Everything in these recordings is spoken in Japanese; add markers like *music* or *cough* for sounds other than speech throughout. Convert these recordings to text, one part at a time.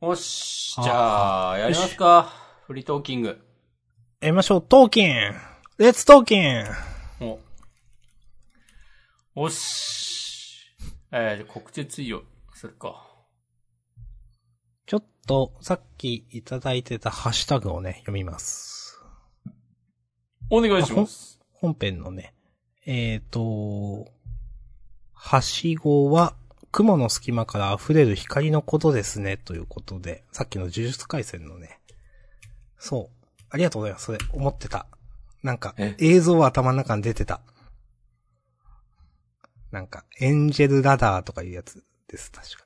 よし。じゃあ、やりますか。フリートーキング。やりましょう。トーキンレッツトーキンお。おし。えー、じゃあ告知ツイートするか。ちょっと、さっきいただいてたハッシュタグをね、読みます。お願いします。本編のね、えっ、と、はしごは、雲の隙間から溢れる光のことですね、ということで、さっきの呪術回戦のね、そう。ありがとうございます。それ、思ってた。なんかえ、映像は頭の中に出てた。なんか、エンジェルラダーとかいうやつです、確か。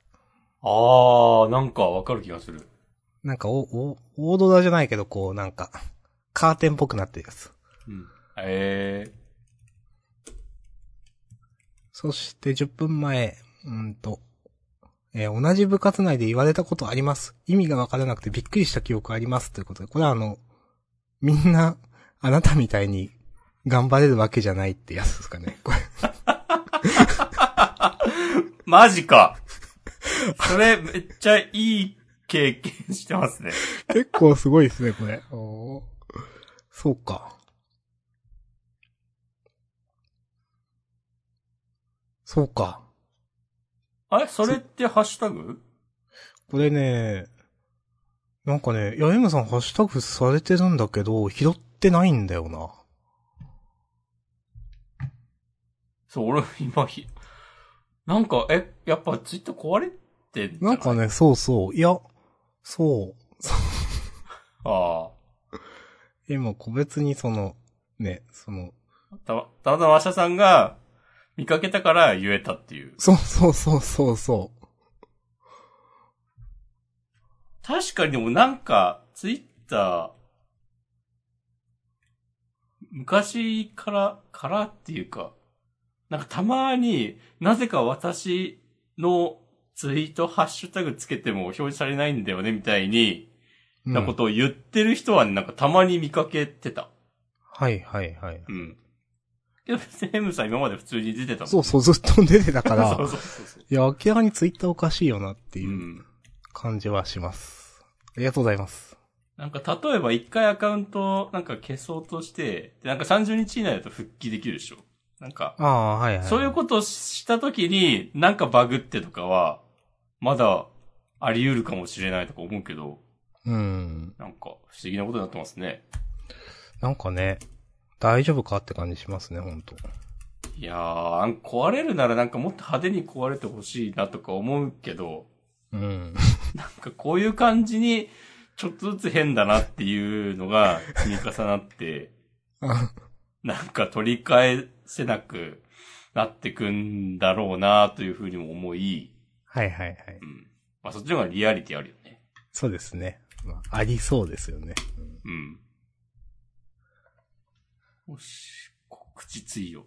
あー、なんかわかる気がする。なんかお、お、オードラじゃないけど、こう、なんか、カーテンっぽくなってるやつ。うん。えそして10分前、うんと、えー同じ部活内で言われたことあります。意味がわからなくてびっくりした記憶あります。ということで、これはあの、みんな、あなたみたいに頑張れるわけじゃないってやつですかね。これー、マジ *laughs* か。それ、めっちゃいい経験してますね。結構すごいですね、これ。おーそうか。そうか。 *laughs* あれそれってハッシュタグこれね、なんかね、いや、M さんハッシュタグされてるんだけど、拾ってないんだよな。そう、俺、今ひ、なんか、え、やっぱツイッター壊れてんじゃなんかね、そうそう。いや、そう。あ今、個別にその、ね、その、あ。たま、たまたまアシャさんが見かけたから言えたっていう。そうそうそうそうそう。確かにでもなんか、ツイッター、昔から、からっていうか、なんかたまになぜか私のツイートハッシュタグつけても表示されないんだよねみたいに、うんなことを言ってる人はなんかたまに見かけてた。はいはいはい。うん。けど別に M さん今まで普通に出てたもんそうそう、ずっと出てたか *laughs* らそう、そうそうそう。いや、明らかにツイッターおかしいよなってう。いうん感じはします。ありがとうございます。なんか例えば一回アカウントをなんか消そうとして、でなんか30日以内だと復帰できるでしょ。なんか、ああ、はいはい。そういうことをした時になんかバグってとかは、まだあり得るかもしれないとか思うけど、と。うん。なんか不思議なことになってますね。なんかね、大丈夫かって感じしますね、ほんと。いやー、なんか壊れるならなんかもっと派手に壊れてほしいなとか思うけど、うん。 *laughs* なんかこういう感じにちょっとずつ変だなっていうのが積み重なって、なんか取り返せなくなってくんだろうなというふうにも思い、はいはいはい。うん。まあそっちの方がリアリティあるよね。そうですね。まあ、ありそうですよね。うん。よし、告知ついよ。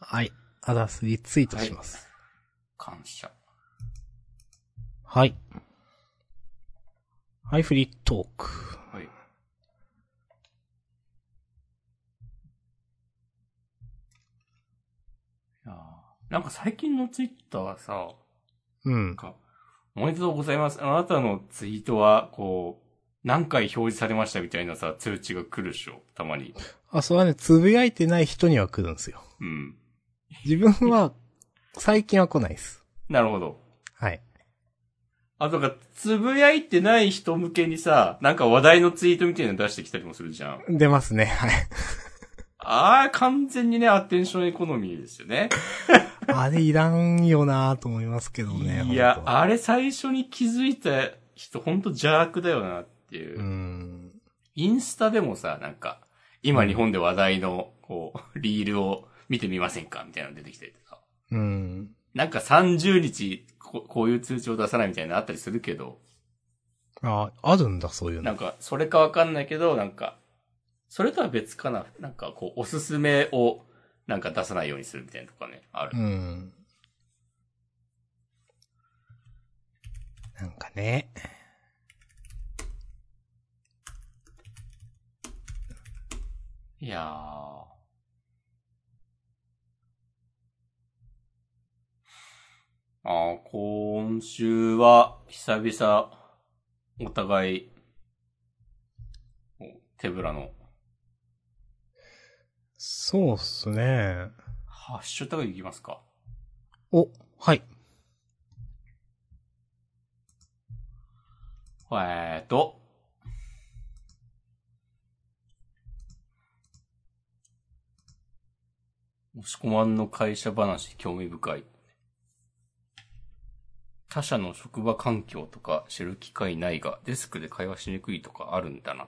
はい。あらすリツイートします。感謝。はい。はい、フリートーク。はい。いやーなんか最近のツイッターはさ、うん。か、おめでとうございます。あなたのツイートは、こう、何回表示されましたみたいなさ、通知が来るでしょ、たまに。あ、それはね、つぶやいてない人には来るんですよ。うん。自分は、最近は来ないです。なるほど。はい。あとか、つぶやいてない人向けにさ、なんか話題のツイートみたいなの出してきたりもするじゃん。出ますね、 *laughs* はい。ああ、完全にね、アテンションエコノミーですよね。あれいらんよなぁと思いますけどね。いや本、当はあれ最初に気づいた人、ほんと邪悪だよなっていう。うん。インスタでもさ、なんか、今日本で話題の、こう、リールを見てみませんかみたいなの出てきたりとか。うん。なんか30日こ、こういう通知を出さないみたいなのあったりするけど、あ、あるんだ、そういうなのん。か、それかわかんないけど、なんか、それとは別かな。なんか、こう、おすすめを、なんか出さないようにするみたいなとかね、あうる。ん。なんかね。いやー。あー今週は、久々、お互い、手ぶらの、そうっすね。ハッシュタグいきますか。お、はい。えーと、押し込まんの会社話興味深い。他社の職場環境とか知る機会ないが、デスクで会話しにくいとかあるんだな。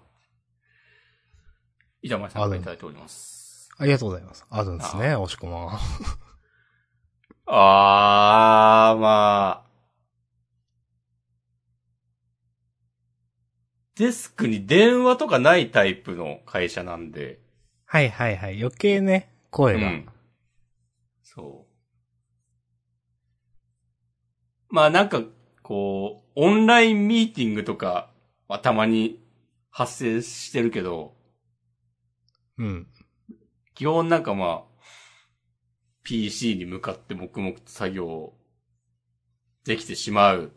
板前さんからいただいております。ありがとうございます。あるんですね、押し込まん。あー、まあ。デスクに電話とかないタイプの会社なんで。はいはいはい。余計ね、声が。うんそう。まあなんか、こう、オンラインミーティングとかはたまに発生してるけど、うん。基本なんかまあ、PC に向かって黙々と作業できてしまう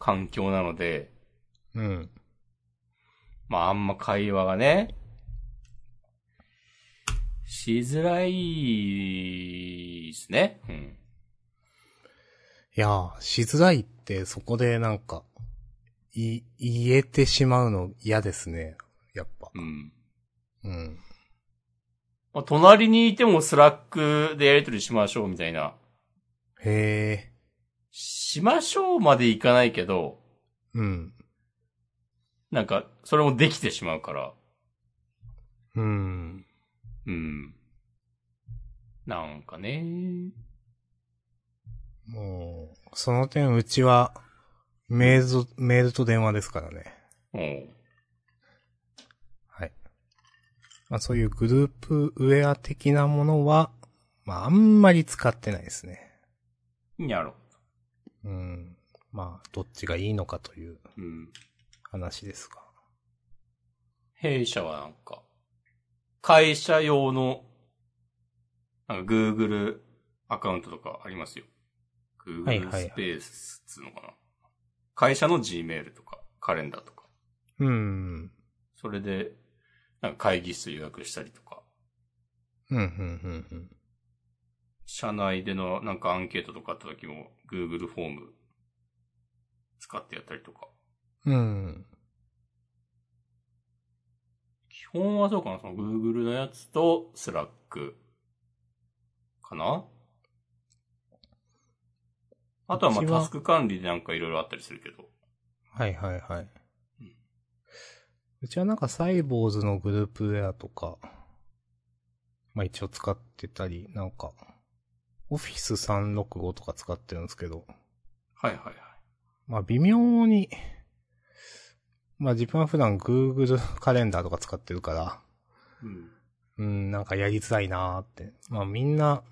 環境なので、うん。まああんま会話がね、しづらいですね。うん。いやー、しづらいってそこでなんか、い、言えてしまうの嫌ですね。やっぱ。うん。うん。まあ、隣にいてもスラックでやりとりしましょうみたいな。へえ。しましょうまでいかないけど、うん。なんか、それもできてしまうから。うん。うん。なんかね。もう、その点うちは、メールと、メールと電話ですからね。うん。はい。まあそういうグループウェア的なものは、まああんまり使ってないですね。やろ。うん。まあ、どっちがいいのかといううん。話ですが。弊社はなんか、会社用の、なんか Google アカウントとかありますよ。はいは Google いはいスペースっつうのかな。会社の Gmail とか、カレンダーとか。うん。それで、なんか会議室予約したりとか、うん、うん、うん、うん。社内でのなんかアンケートとかあった時も Google フォーム使ってやったりとか。うん。基本はそうかな、その Google のやつと Slack かなあとはまうあちはタスク管理でなんかいろいろあったりするけど。はいはいはいうん。うちはなんかサイボーズのグループウェアとか、まあ一応使ってたり、なんか、オフィス365とか使ってるんですけど、はいはいはい。まあ微妙に、まあ自分は普段 Google *laughs* カレンダーとか使ってるから、うん。うん、なんかやりづらいなーって。まあみんな、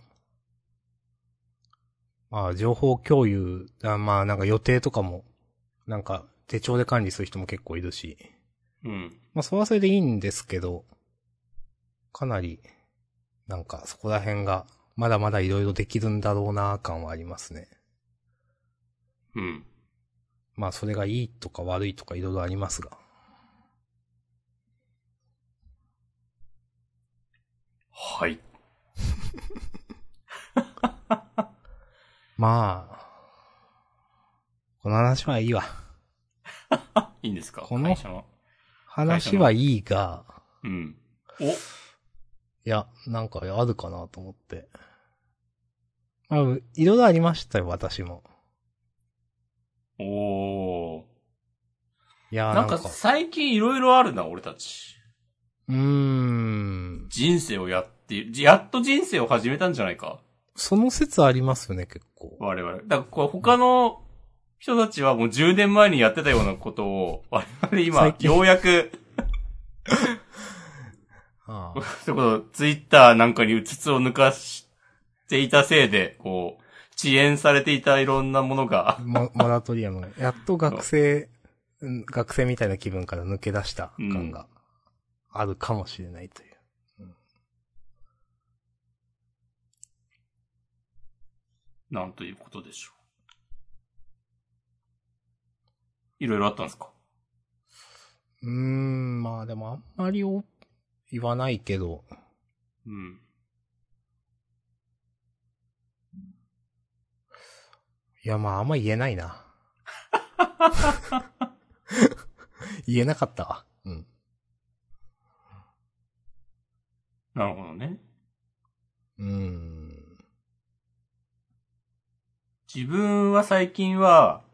まあ情報共有、あまあなんか予定とかも、なんか手帳で管理する人も結構いるし、うん。まあそれはそれでいいんですけど、かなり、なんかそこら辺が、まだまだいろいろできるんだろうなー感はありますね。うん。まあそれがいいとか悪いとかいろいろありますが。はい。まあ、この話はいいわ。いいんですかこの会社の。話はいいが、うん。おいや、なんかあるかなと思って。まあ、いろいろありましたよ、私も。おいやー。なーなんんかか、最近いろいろあるな、俺たち。うーん。人生をやって、やっと人生を始めたんじゃないかその説ありますよね、結構。我々。だからこれ他の人たちはもう10年前にやってたようなことを、我々今最、近ようやく、ああそれこそツイッターなんかにうつつを抜かしていたせいで、こう、遅延されていたいろんなものが、 *laughs* モモラトリアムが。やっと学生、うん学生みたいな気分から抜け出した感があるかもしれないという。なんということでしょいろいろあったんですかうーん、まあでもあんまりお言わないけど、うん。いやまああんま言えない *laughs* な。言えなかったわ。うん。なるほどね。うーん。自分は最近は、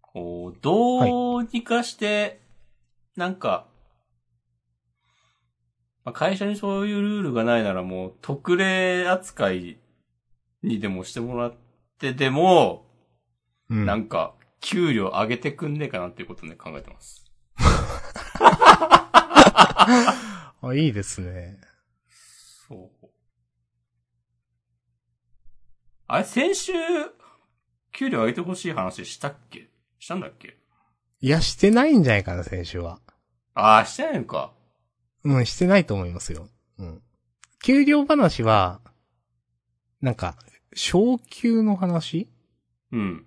こう、どうにかして、なんか、まあ、会社にそういうルールがないならもう、特例扱いにでもしてもらってでも、うん。なんか、給料上げてくんねえかなっていうことね、考えてます。あ、いいですね。そう。あれ、先週、給料上げてほしい話したっけしたんだっけいや、してないんじゃないかな、先週は。ああ、してないのか。うん、してないと思いますよ。うん。給料話は、なんか、昇給の話うん。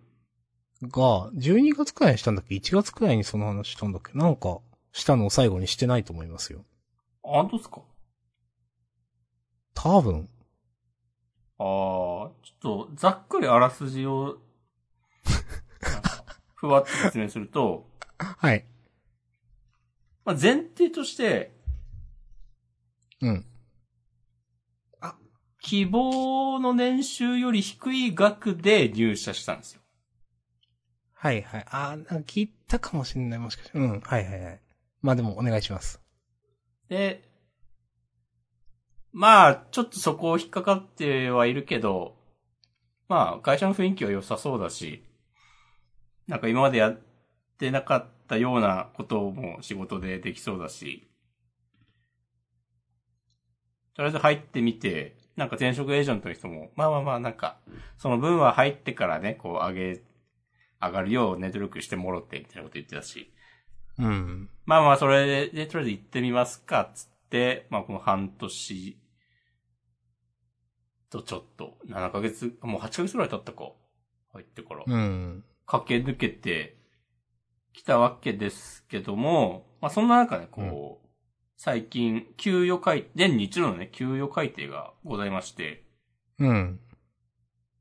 が、12月くらいにしたんだっけ ?1 月くらいにその話したんだっけなんか、したのを最後にしてないと思いますよ。あ、本当ですか多分。ああ、ちょっと、ざっくりあらすじ *laughs* を、なんかふわっと説明すると、はい。まあ、前提として、うん。希望の年収より低い額で入社したんですよ。はいはい。あー、なんか聞いたかもしれない、もしかして。うん、はいはいはい。まあでも、お願いします。で、まあ、ちょっとそこを引っかかってはいるけど、まあ、会社の雰囲気は良さそうだし、なんか今までやってなかったようなことも仕事でできそうだし、とりあえず入ってみて、なんか転職エージェントの人も、まあまあまあ、なんか、その分は入ってからね、こう上げ、上がるようね、努力してもろって、みたいなこと言ってたし、うん。まあまあ、それで、とりあえず行ってみますか、つって、まあこの半年とちょっと、7ヶ月、もう8ヶ月ぐらい経ったか。入ってから。うん。駆け抜けてきたわけですけども、まあそんな中でこう、最近、給与改、年に一度のね、給与改定がございまして、うん。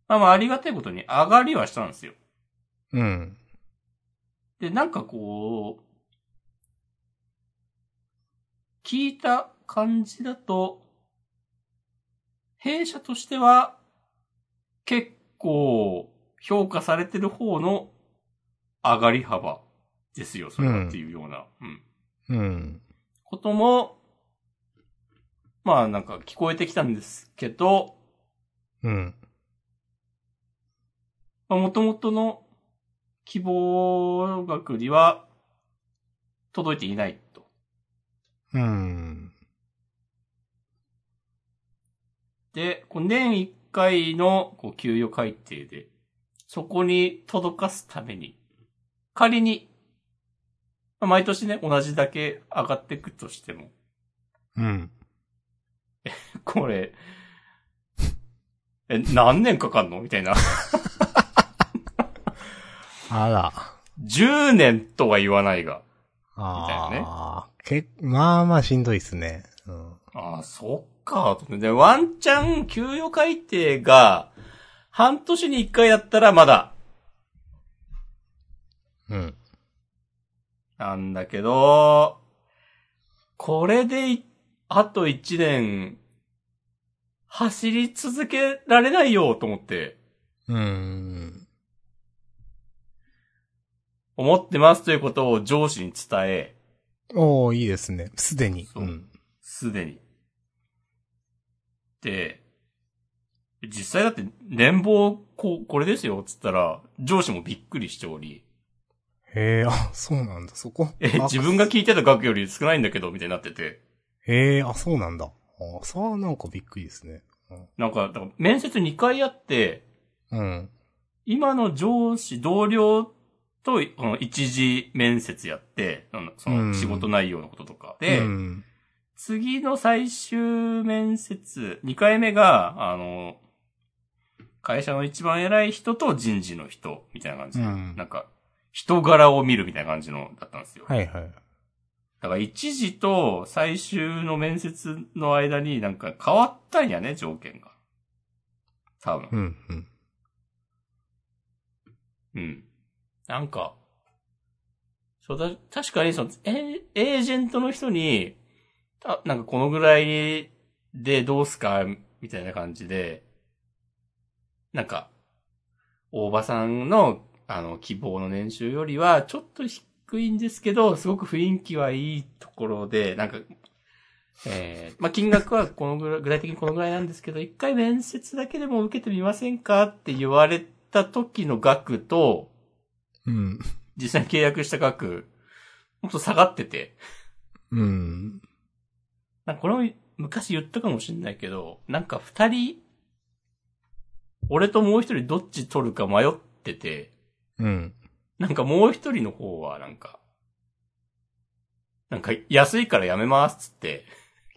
まあまあありがたいことに上がりはしたんですよ。うん。で、なんかこう、聞いた感じだと、弊社としては、結構、評価されてる方の上がり幅ですよ、それはっていうような、うん、うん。ことも、まあなんか聞こえてきたんですけど、うん。まあ、元々の希望額には届いていないと。うん。で、こう年1回のこう給与改定で、そこに届かすために、仮に、まあ毎年ね、同じだけ上がっていくとしても、 *laughs* うん。これ、え、何年かかんのみたいな。 *laughs* あら。 10年とは言わないが。みたいああ、け、まあまあしんどいっすね。うん。ああ、そっか、と思ってで、ワンチャン給与改定が、半年に1回やったらまだ、うん。なんだけど、これでい、あと一年、走り続けられないよ、と思って、うーん。思ってますということを上司に伝え、おおいいですね。すでに。。そううんすでに。で、実際だって、年俸、こう、これですよ、つったら、上司もびっくりしており、へえ、あ、そうなんだ、そこ。え、あ自分が聞いてた額より少ないんだけど、みたいになってて、へえ、あ、そうなんだ。あさあ、なんかびっくりですね。なんか、だから面接2回やって、うん。今の上司、同僚と、この一時面接やって、あのそうんの仕事内容のこととか。で、うん。次の最終面接、2回目が、あの、会社の一番偉い人と人事の人、みたいな感じで、うんなんか、人柄を見るみたいな感じの、だったんですよ。はいはい。だから一時と最終の面接の間になんか変わったんやね、条件が。多分。うんうん。うん。なんか、そうだ、確かにその、えー、エージェントの人に、た、なんかこのぐらいでどうすかみたいな感じで、なんか、大場さんの、あの、希望の年収よりは、ちょっと低いんですけど、すごく雰囲気はいいところで、なんか、えー、まあ、金額はこのぐらい、具体的にこのぐらいなんですけど、一回面接だけでも受けてみませんかって言われた時の額と、うん。実際に契約した額、もっと下がってて。うん。なんかこれも昔言ったかもしれないけど、なんか二人、俺ともう一人どっち取るか迷ってて、うん。なんかもう一人の方はなんか、なんか安いからやめますっつって、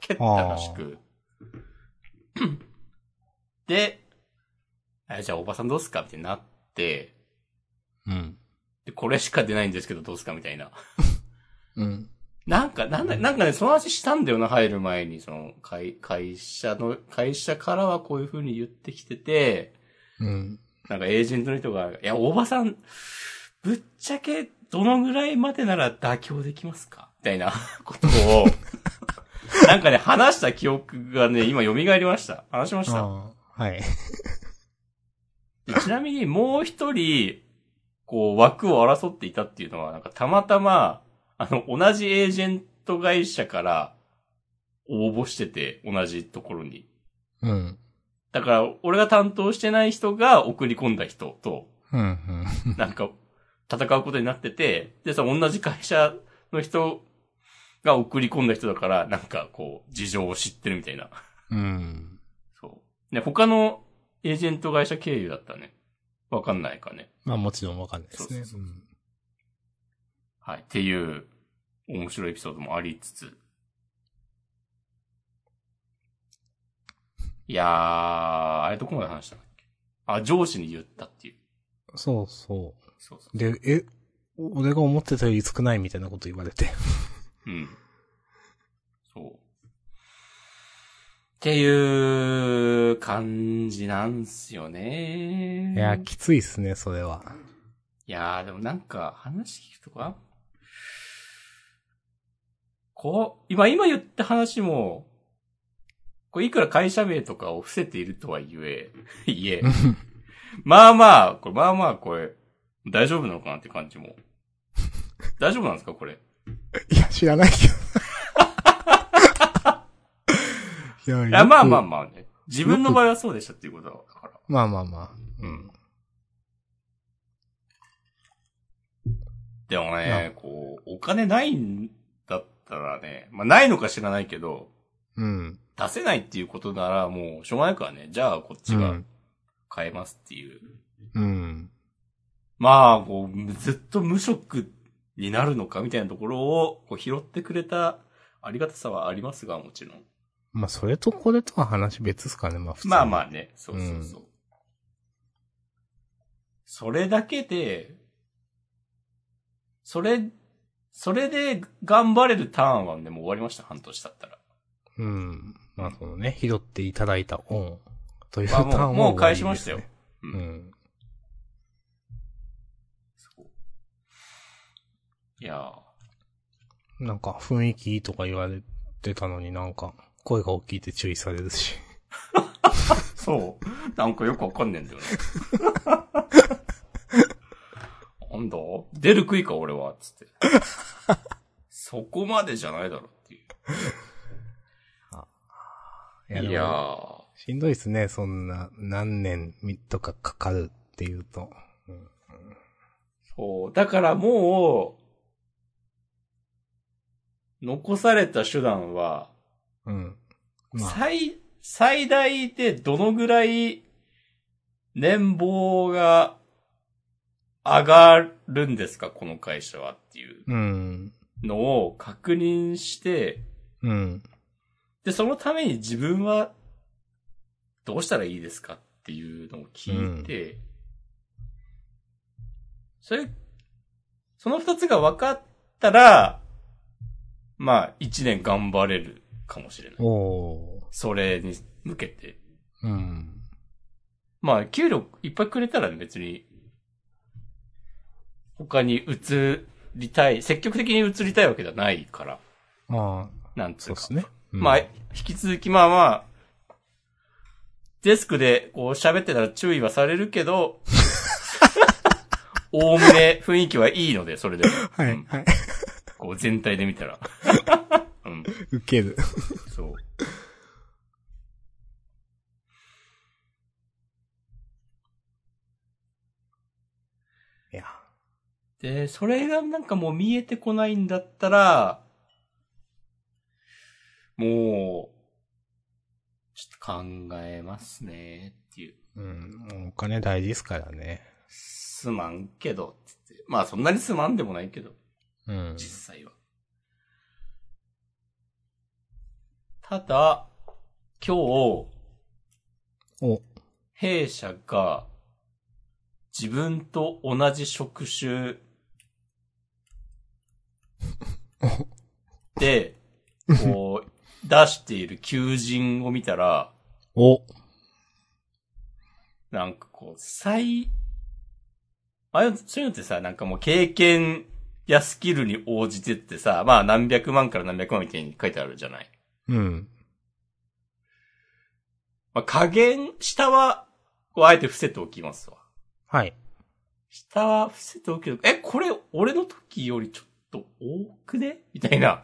蹴ったらしく。で、あじゃあおばさんどうすかってなって、うん。で、これしか出ないんですけどどうすかみたいな。うん。なんか、なんだ、なんかね、その話したんだよな、入る前に、その、会、会社の、会社からはこういう風に言ってきてて、うん。なんかエージェントの人が、いや、大場さん、ぶっちゃけ、どのぐらいまでなら妥協できますかみたいな *laughs* ことを、なんかね、話した記憶がね、今蘇りました。話しました。ああ、はい。ちなみにもう一人、こう枠を争っていたっていうのは、なんかたまたま、あの、同じエージェント会社から応募してて、同じところに。うん。だから、俺が担当してない人が送り込んだ人と、うん。うん。なんか、戦うことになってて、で、さ、同じ会社の人が送り込んだ人だから、なんかこう、事情を知ってるみたいな。うん。そう。ね、他のエージェント会社経由だったね。わかんないかね。まあもちろんわかんないですね。そうそうはい。っていう、面白いエピソードもありつつ。いやー、あれどこまで話したんだっけあ、上司に言ったっていう。うんそうそ。そうそうで、え、俺が思ってたより少ないみたいなこと言われて。う。うん。そう。っていう感じなんすよね。いや、きついっすね、それは。いやー、でもなんか、話聞くとかこう、今、今言った話も、こういくら会社名とかを伏せているとは言え、いえ、まあまあ、これ、まあまあ、これ、大丈夫なのかなって感じも。大丈夫なんですかこれ。 *laughs* いや、知らないけど。 *laughs* いいや、まあまああ。まあね。自分の場合はそうでしたっていうことだから。まあまあまあ。うん。でもね、こう、お金ないんだったらね、まあないのか知らないけど、うん。出せないっていうことならもうしょうがないからね、じゃあこっちが買えますっていう。うん。まあ、こう、ずっと無職になるのかみたいなところをこう拾ってくれたありがたさはありますが、もちろん。まあ、それとこれとは話別っすかね、まあ普通に。まあまあね、そうそうそう。うそれだけで、それ、それで頑張れるターンはね、もう終わりました、半年経ったら。うん。まあそのね、拾っていただいた恩というタまあーンもをう、もう返しましたよ。ううんん。そういやーなんか雰囲気いいとか言われてたのになんか声が大きいって注意されるし。そう。なんかよくわかんねえんだよね。なんだ出る杭か、俺は。つって。そこまでじゃないだろっていう。いやでもいやー。しんどいっすね、そんな何年とかかかるっていうと。そう。だからもう、残された手段は、うん。まあ、最、最大でどのぐらい年俸が上がるんですか、この会社はっていううん。のを確認して、うん。で、そのために自分はどうしたらいいですかっていうのを聞いて、それ、その二つが分かったら、まあ、一年頑張れるかもしれない。おー。それに向けて。うん。まあ、給料いっぱいくれたら別に、他に移りたい、積極的に移りたいわけじゃないから、ああ、なんつそううか。ですね。うんまあ、引き続きまあまあ、デスクでこう喋ってたら注意はされるけ *laughs* ど、おおむね雰囲気はいいので、それでも。はうい、ん *laughs* はい。こう全体で見た *laughs* ら。うん、受ける。そう。いや。で、それがなんかもう見えてこないんだったら、もう、ちょっと考えますね、っていう。うん。もうお金大事ですからね。すまんけど、つって。まあそんなにすまんでもないけど、うん。実際は。ただ、今日、お、弊社が自分と同じ職種で、こう、出している求人を見たら、お、なんかこう、最、ああいう、そういうのってさ、なんかもう経験やスキルに応じてってさ、まあ何百万から何百万みたいに書いてあるじゃない。うん。まあ加減、下は、こうあえて伏せておきますわ。はい。下は伏せておくけど、え、これ俺の時よりちょっと多くねみたいな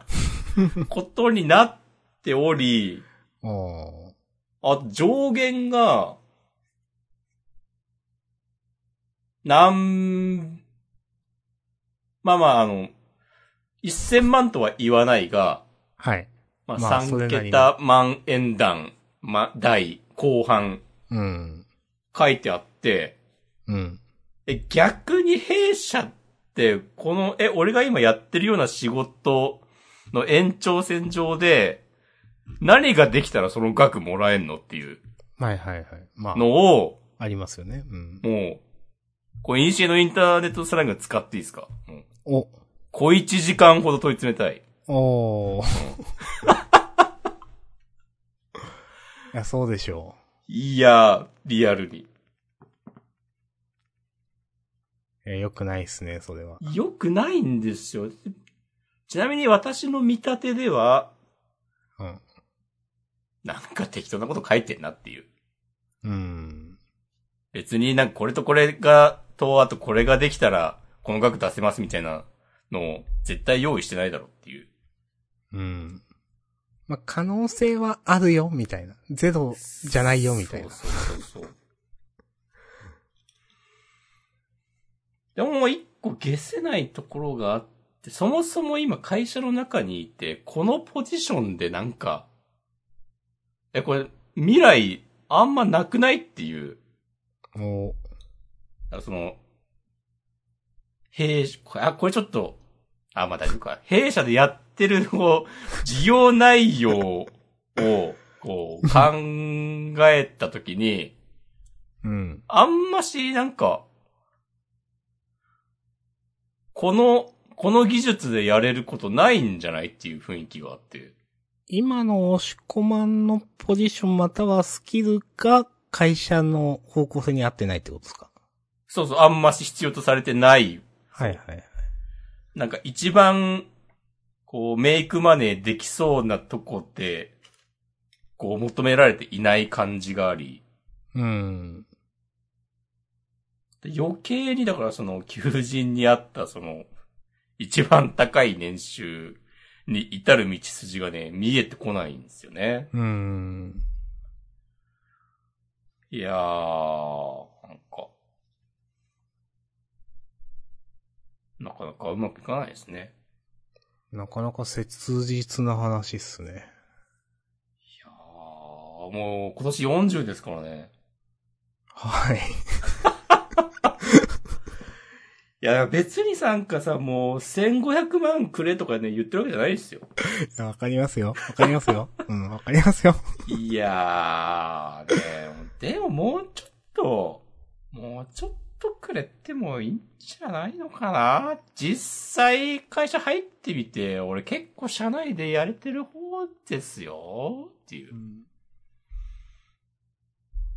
ことになっており、おー。あ、上限が、なん、まあまあ、あの、1000万とは言わないが、はい。まあまあそれ3なりに桁万円段、ま、代、後半うん。書いてあって、うん。え、逆に弊社って、この、え、俺が今やってるような仕事の延長線上で、何ができたらその額もらえんのっていうはいはいはい。まあ、のを、ありますよね。うん。もう、これ、インシエのインターネットスラング使っていいですか、うん、お、小一時間ほど問い詰めたい。おー。 *laughs* いや、そうでしょいやー、リアルに。う。え、よくないですね、それは。良くないんですよ。ちなみに私の見立てでは、うん。なんか適当なこと書いてんなっていう。うん。別になんかこれとこれが、とあとこれができたら、この額出せますみたいなのを絶対用意してないだろうっていう。うん。まあ、可能性はあるよ、みたいな。ゼロじゃないよ、みたいな。そうそうそうそう。でももう一個消せないところがあって、そもそも今会社の中にいて、このポジションでなんか、え、これ未来あんまなくないっていう。おだからその、弊社、これあ、これちょっと、あ、まあ大丈夫か。弊社でやってる、こう、事業内容を、こう、考えたときに、うん。あんまし、なんか、この、この技術でやれることないんじゃないっていう雰囲気があって。今の押し込まんのポジションまたはスキルが会社の方向性に合ってないってことですかそうそう、あんまし必要とされてない。はいはい。なんか一番、こう、メイクマネーできそうなとこで、こう、求められていない感じがあり。うん。で余計にだからその求人にあったその一番高い年収に至る道筋がね、見えてこないんですよね。うん。いやー、なんか、なかなかうまくいかないですね。なかなか切実な話っすね。いやー、もう今年40ですからね。はい。いや、別に参加さ、もう1500万くれとかね、言ってるわけじゃないですよ。い *laughs* やわかりますよ。わかりますよ。うん、わかりますよ。いやー、ね、でももうちょっと、もうちょっとくくれてもいいんじゃないのかな実際会社入ってみて、俺結構社内でやれてる方ですよっていうう。ん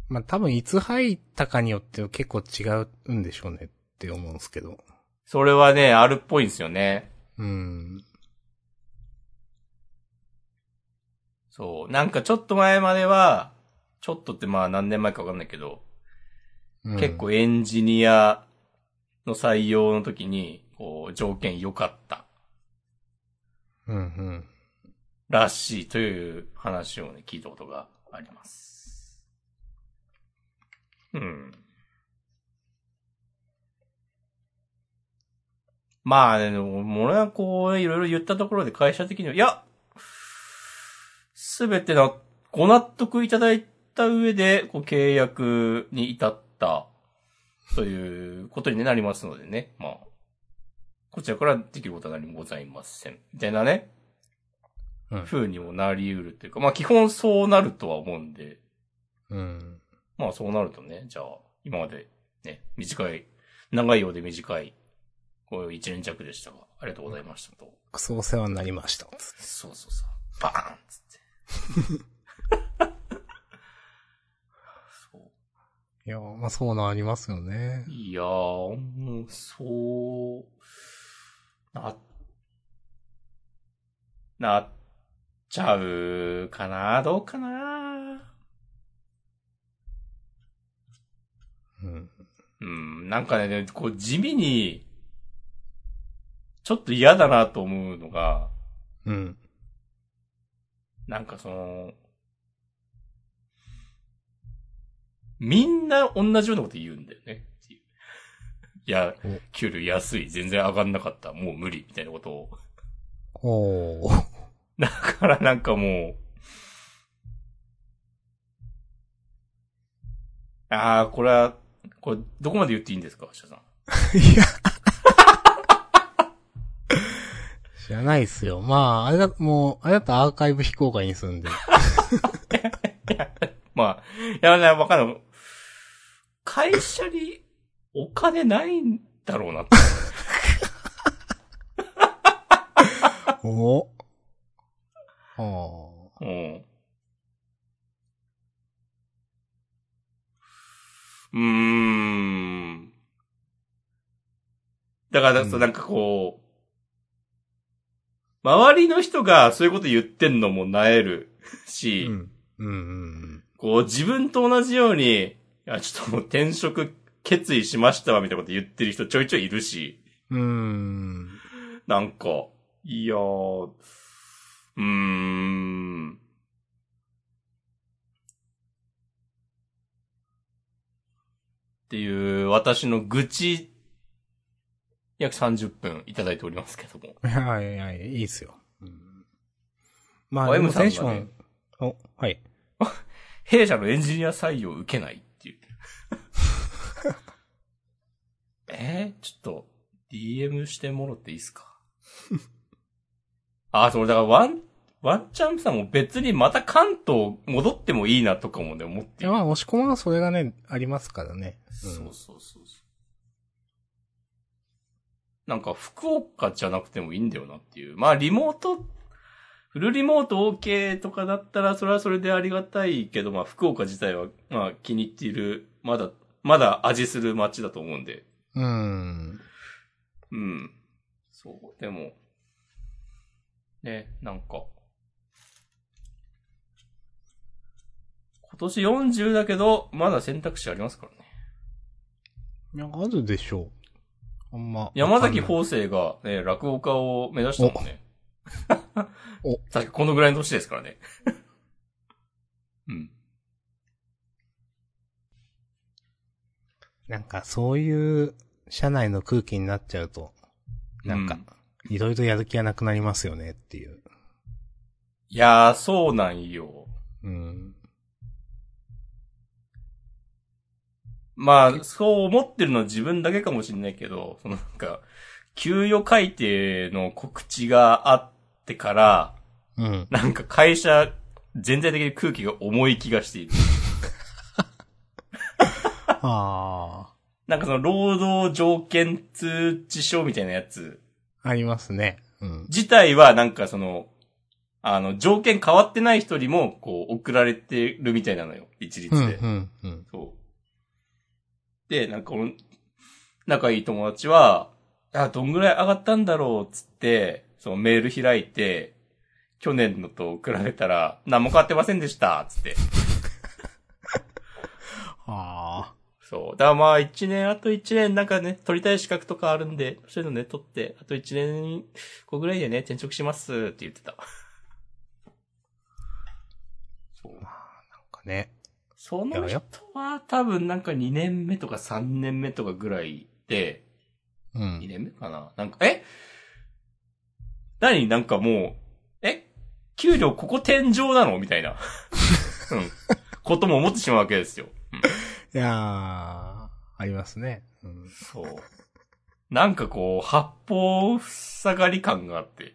まあ多分いつ入ったかによっては結構違うんでしょうねって思うんですけど。それはね、あるっぽいんですよね。うん。そう。なんかちょっと前までは、ちょっとってまあ何年前かわかんないけど、うん結。構エンジニアの採用の時に、こう、条件良かったうんうん。らしいという話をね、聞いたことがあります。うん。まあね、でも俺はこう、いろいろ言ったところで会社的には、いや、すべてのご納得いただいた上で、こう、契約に至った、ということになりますのでね、まあ、こちらからできることは何もございません。みたいなね、うん風にもなり得るっていうか、まあ基本そうなるとは思うんで、うん。まあそうなるとね、じゃあ、今までね、短い、長いようで短い、こういう一年弱でしたが、ありがとうございましたと。クソお世話になりました。つってそうそうそう。バーンっつって。 *laughs* そいや、まあそうなんありますよねう。いやー、もう、そう、な、なっちゃうかなどうかなうん。うん、なんかね、でこう地味に、ちょっと嫌だなと思うのが、うん。なんかその、みんな同じようなこと言うんだよね。っていういやお、給料安い、全然上がんなかった、もう無理、みたいなことを。おー。だからなんかもう、ああ、これは、これ、どこまで言っていいんですか、社さん。いや。知らないっすよ。まあ、あれだ、もう、あれだとアーカイブ非公開にするん *laughs* で。まあ、いや、ね、わかんない。会社にお金ないんだろうなって。おおうん。うーん。だから、うんそうなんかこう、周りの人がそういうこと言ってんのもなえるうし、ん。うんうんこう自分と同じように、あちょっともう転職決意しましたわみたいなこと言ってる人ちょいちょいいるし、うん。うーん。なんか、いやー、うーん。っていう、私の愚痴、約30分いただいておりますけども。いやいやいや、いいっすよ。うんまあ、おでも M さんテがンねション、お、はい。弊社のエンジニア採用を受けないっていう。えーちょっと、DM してもろっていいっすかあ、そう、だからワン、ワンチャンさんも別にまた関東戻ってもいいなとかもね、思っいていや、るまあ、押し込まはそれがね、ありますからね。そうそうそうそう。なんか、福岡じゃなくてもいいんだよなっていう。まあ、リモート、フルリモート OK とかだったら、それはそれでありがたいけど、まあ、福岡自体は、まあ、気に入っている、まだ、まだ味する街だと思うんで。うん。うん。そう。でも、ね、なんか、今年40だけど、まだ選択肢ありますからね。いや、あるでしょう。あんま。山崎ほ法生がね、落語家を目指したもんね。お *laughs* 確かこのぐらいの年ですからね。うん。なんか、そういう、社内の空気になっちゃうと、なんか、いろいろやる気がなくなりますよねっていう。いやー、そうなんよ。うん。まあ、そう思ってるのは自分だけかもしんないけど、そのなんか、給与改定の告知があってから、うん。なんか会社全体的に空気が重い気がしている。 *laughs* ああ。なんかその労働条件通知書みたいなやつありますね。うん。自体はなんかその、あの、条件変わってない人にも、こう、送られてるみたいなのよ。一律うで。ん、うん、うん。そう。で、なんかこの、仲いい友達は、あ、どんぐらい上がったんだろうっつって、そのメール開いて、去年のと比べたら、何も変わってませんでした、つって。あそう。だからまあ一年、あと一年なんかね、取りたい資格とかあるんで、そういうのね、取って、あと一年後ぐらいでね、転職しますって言ってた。そう。あ、なんかね。そいのや人やは多分なんか2年目とか3年目とかぐらいで、う2ん。年目かななんか、え何なんかもう、え給料ここ天井なのみたいな。 *laughs* うん。ことも思ってしまうわけですよ。うんいやー、ありますね。うん。そう。なんかこう、八方塞がり感があって。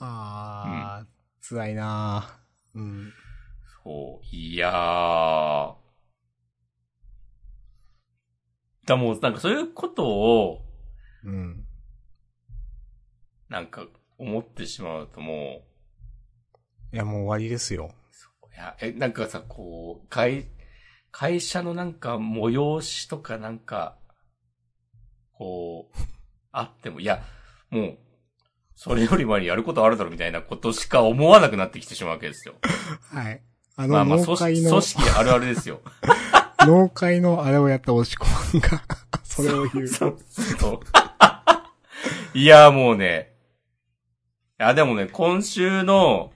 ああ、辛いなーうん。そう。いやー。だもう、なんかそういうことを、うん。なんか思ってしまうともいや、もう終わりですよ。う、いや、え、なんかさ、こう、会、会社のなんか催しとかなんか、こう、 *laughs* あっても、いや、もう、それより前にやることあるだろみたいなことしか思わなくなってきてしまうわけですよ。はい。あまあまの、あ、農組会織の組、織あるあるですよ。農会のあれをやった押し込んが、 *laughs* *laughs* それを言う。そうそう。 *laughs* いや、もうね。いや、でもね、今週の、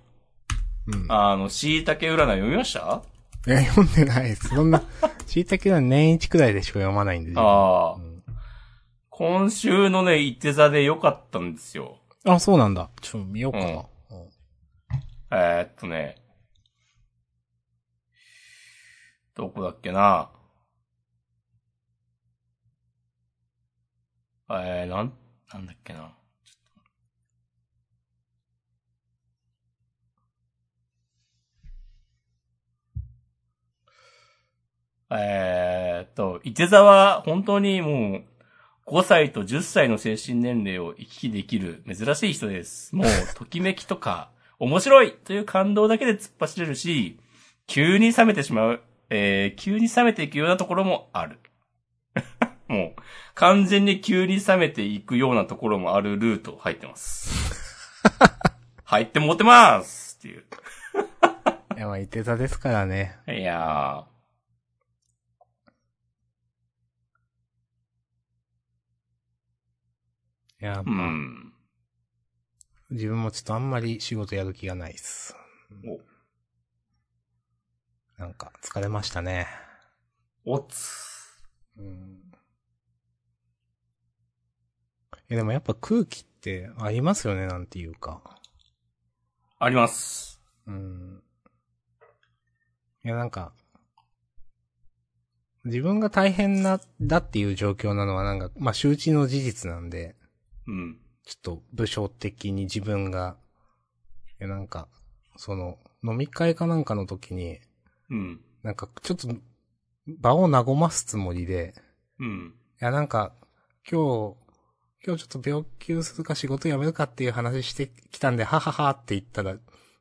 うん。あの、椎茸占い読みましたいや、読んでないです。そんな、椎茸は年一くらいでしか読まないんで。自分ああうん今週のね、いて座で良かったんですよ。あ、そうなんだ。ちょっと見ようかな。うんえー、っとね。どこだっけな。えー、なん、なんだっけな。ちょっとえーっと、伊手座は本当にもう、5歳と10歳の精神年齢を行き来できる珍しい人です。もう、ときめきとか、面白いという感動だけで突っ走れるし、急に冷めてしまう、えー、急に冷めていくようなところもある。 *laughs* もう、完全に急に冷めていくようなところもあるルート入ってます。入って持てますっていう。いや、まあ、いて座ですからね。いやいー、や、うまあ、ん。自分もちょっとあんまり仕事やる気がないっす。なんか、疲れましたね。お、おつ。うん。いや、でもやっぱ空気ってありますよね、なんていうか。あります。うん。いや、なんか、自分が大変な、だっていう状況なのはなんか、まあ、周知の事実なんで、うん。ちょっと武将的に自分が、いや、なんか、その、飲み会かなんかの時に、うん。なんか、ちょっと、場を和ますつもりで、うん。いや、なんか、今日、今日ちょっと病休するか仕事辞めるかっていう話してきたんで、はははって言ったら、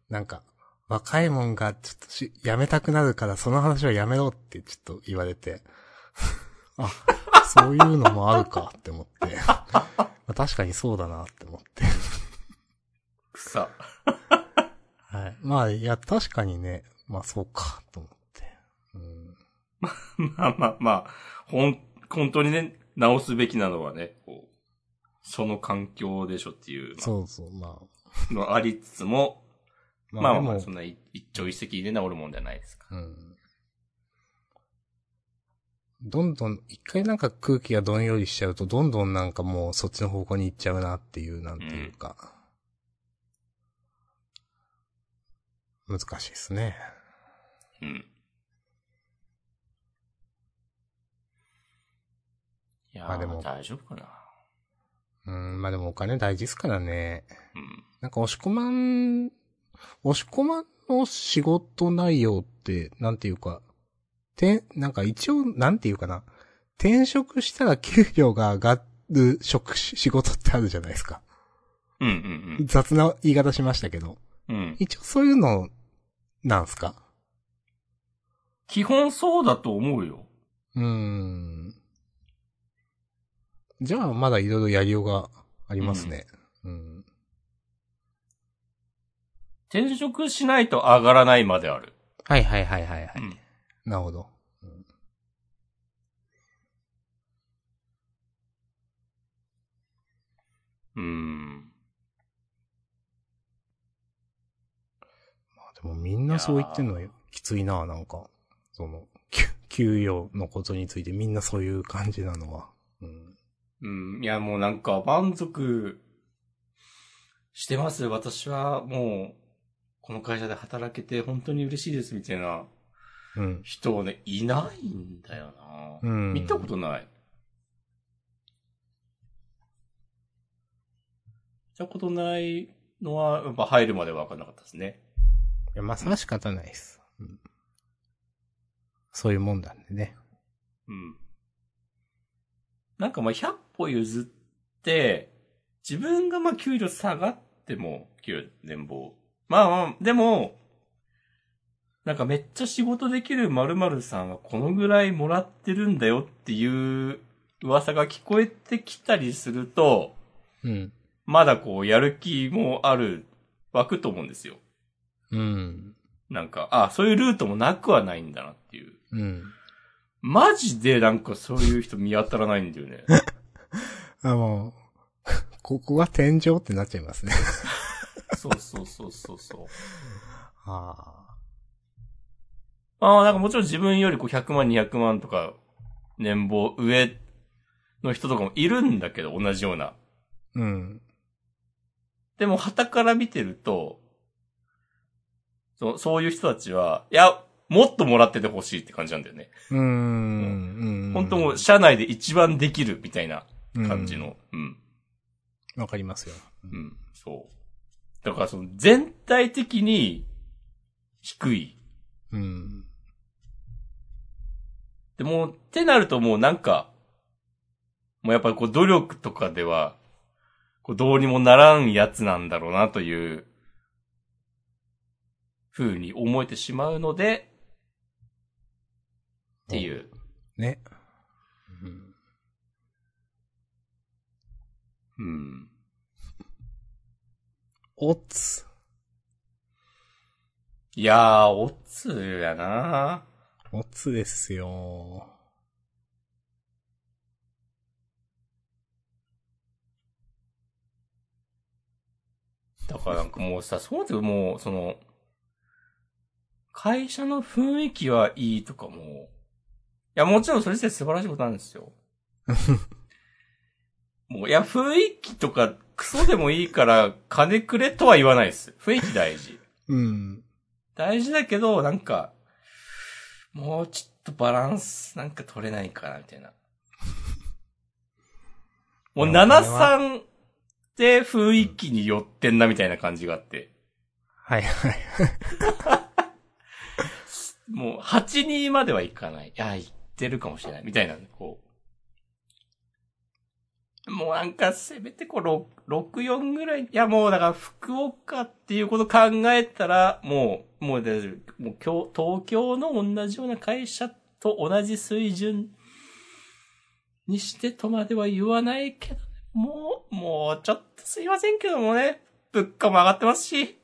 なんか、若いもんがちょっとし辞めたくなるから、その話はやめろってちょっと言われて、 *laughs* あ、そういうのもあるかって思って、 *laughs* まあ確かにそうだなって思って。 *laughs* 草。 *laughs* はい。まあ、いや、確かにね、まあそうか、と思って。うん。まあまあまあ、ほん、本当にね、直すべきなのはね、こう、その環境でしょっていうそうそう、まのありつつも、あ。まあまあでまもあ、そんな一一朝一夕で治るもんじゃないですか。うんどんどん、一回なんか空気がどんよりしちゃうと、どんどんなんかもうそっちの方向に行っちゃうなっていう、なんていうか。難しいですね。うん。いやーまあでも大丈夫かな。うん、まあでもお金大事ですからね。うん。なんか押し込まん、押し込まんの仕事内容って、なんていうか、て、なんか一応、なんていうかな。転職したら給料が上がる職種、仕事ってあるじゃないですか。うんうん雑な言い方しましたけど。うん。うん。一応そういうの、なんすか基本そうだと思うよ。うーん。じゃあ、まだいろいろやりようがありますね。うん。転職しないと上がらないまである。はいはいはいはいはうん。なるほど。うんうん。まあでもみんなそう言ってんのはきついな、なんか。その、 *laughs* 給給与のことについてみんなそういう感じなのは。うん。うん。いや、もうなんか満足してます。私はもう、この会社で働けて本当に嬉しいですみたいなうん。人ね、いないんだよな。うん見たことない。見たことないのは、やっぱ入るまでは分かんなかったですね。いや、まあ、それは仕方ないです。うんそういうもんだんでね。うん。なんかまあ100歩譲って、自分がまあ給料下がっても、給料年俸。まあまあ、でも、なんかめっちゃ仕事できる〇〇さんはこのぐらいもらってるんだよっていう噂が聞こえてきたりすると、うん。まだこうやる気もある、湧くと思うんですよ。うん。なんか、あ、そういうルートもなくはないんだなっていう。うん。マジでなんかそういう人見当たらないんだよ *laughs* ね。あ、もう、ここが天井ってなっちゃいますね。そうそうそうそうそう。ああ。まあなんかもちろん自分よりこう100万200万とか年俸上の人とかもいるんだけど同じような。うん。でも旗から見てると、そそういう人たちは、いや、もっともらっててほしいって感じなんだよね。うーん。本当もう社内で一番できるみたいな感じの。うん。うん。わかりますよ。うん。そう。だからその全体的に低い。うん。でもう、ってなるともうなんか、もうやっぱりこう努力とかでは、こうどうにもならんやつなんだろうなという、ふうに思えてしまうので、っていう。ね。うん。おつ。いやー、おつやなおつですよ。だからなんかもうさ、そうでもう、その、会社の雰囲気はいいとかも、いや、もちろんそれって素晴らしいことなんですよ。もう、いや、雰囲気とか、クソでもいいから、金くれとは言わないです。雰囲気大事。うん。大事だけど、なんか、もうちょっとバランスなんか取れないかな、みたいな。もうなるほど73って雰囲気に寄ってんな、みたいな感じがあって。はいはい。もう8、2まではいかない。いや、行ってるかもしれない。みたいな、こう。もうなんか、せめてこう、6、4ぐらい。いや、もうだから、福岡っていうこと考えたら、もう、もう大丈夫。もう今日、東京の同じような会社と同じ水準にしてとまでは言わないけど、ね、もう、もうちょっとすいませんけどもね、物価も上がってますし、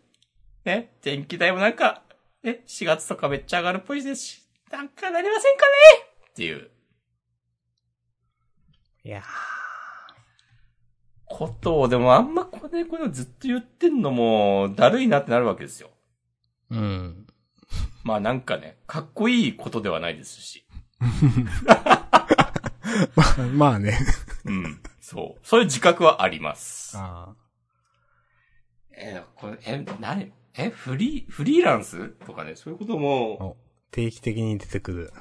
ね、電気代もなんか、ね、4月とかめっちゃ上がるっぽいですし、なんかなりませんかねっていういやことを、でもあんまこれ、これをずっと言ってんのも、だるいなってなるわけですよ。ーうん。まあなんかね、かっこいいことではないですし。まあ、まあね。うん。そう。そういう自覚はあります。あえーこれ、え、何え、フリー、フリーランスとかね、そういうこともー、お定期的に出てくる。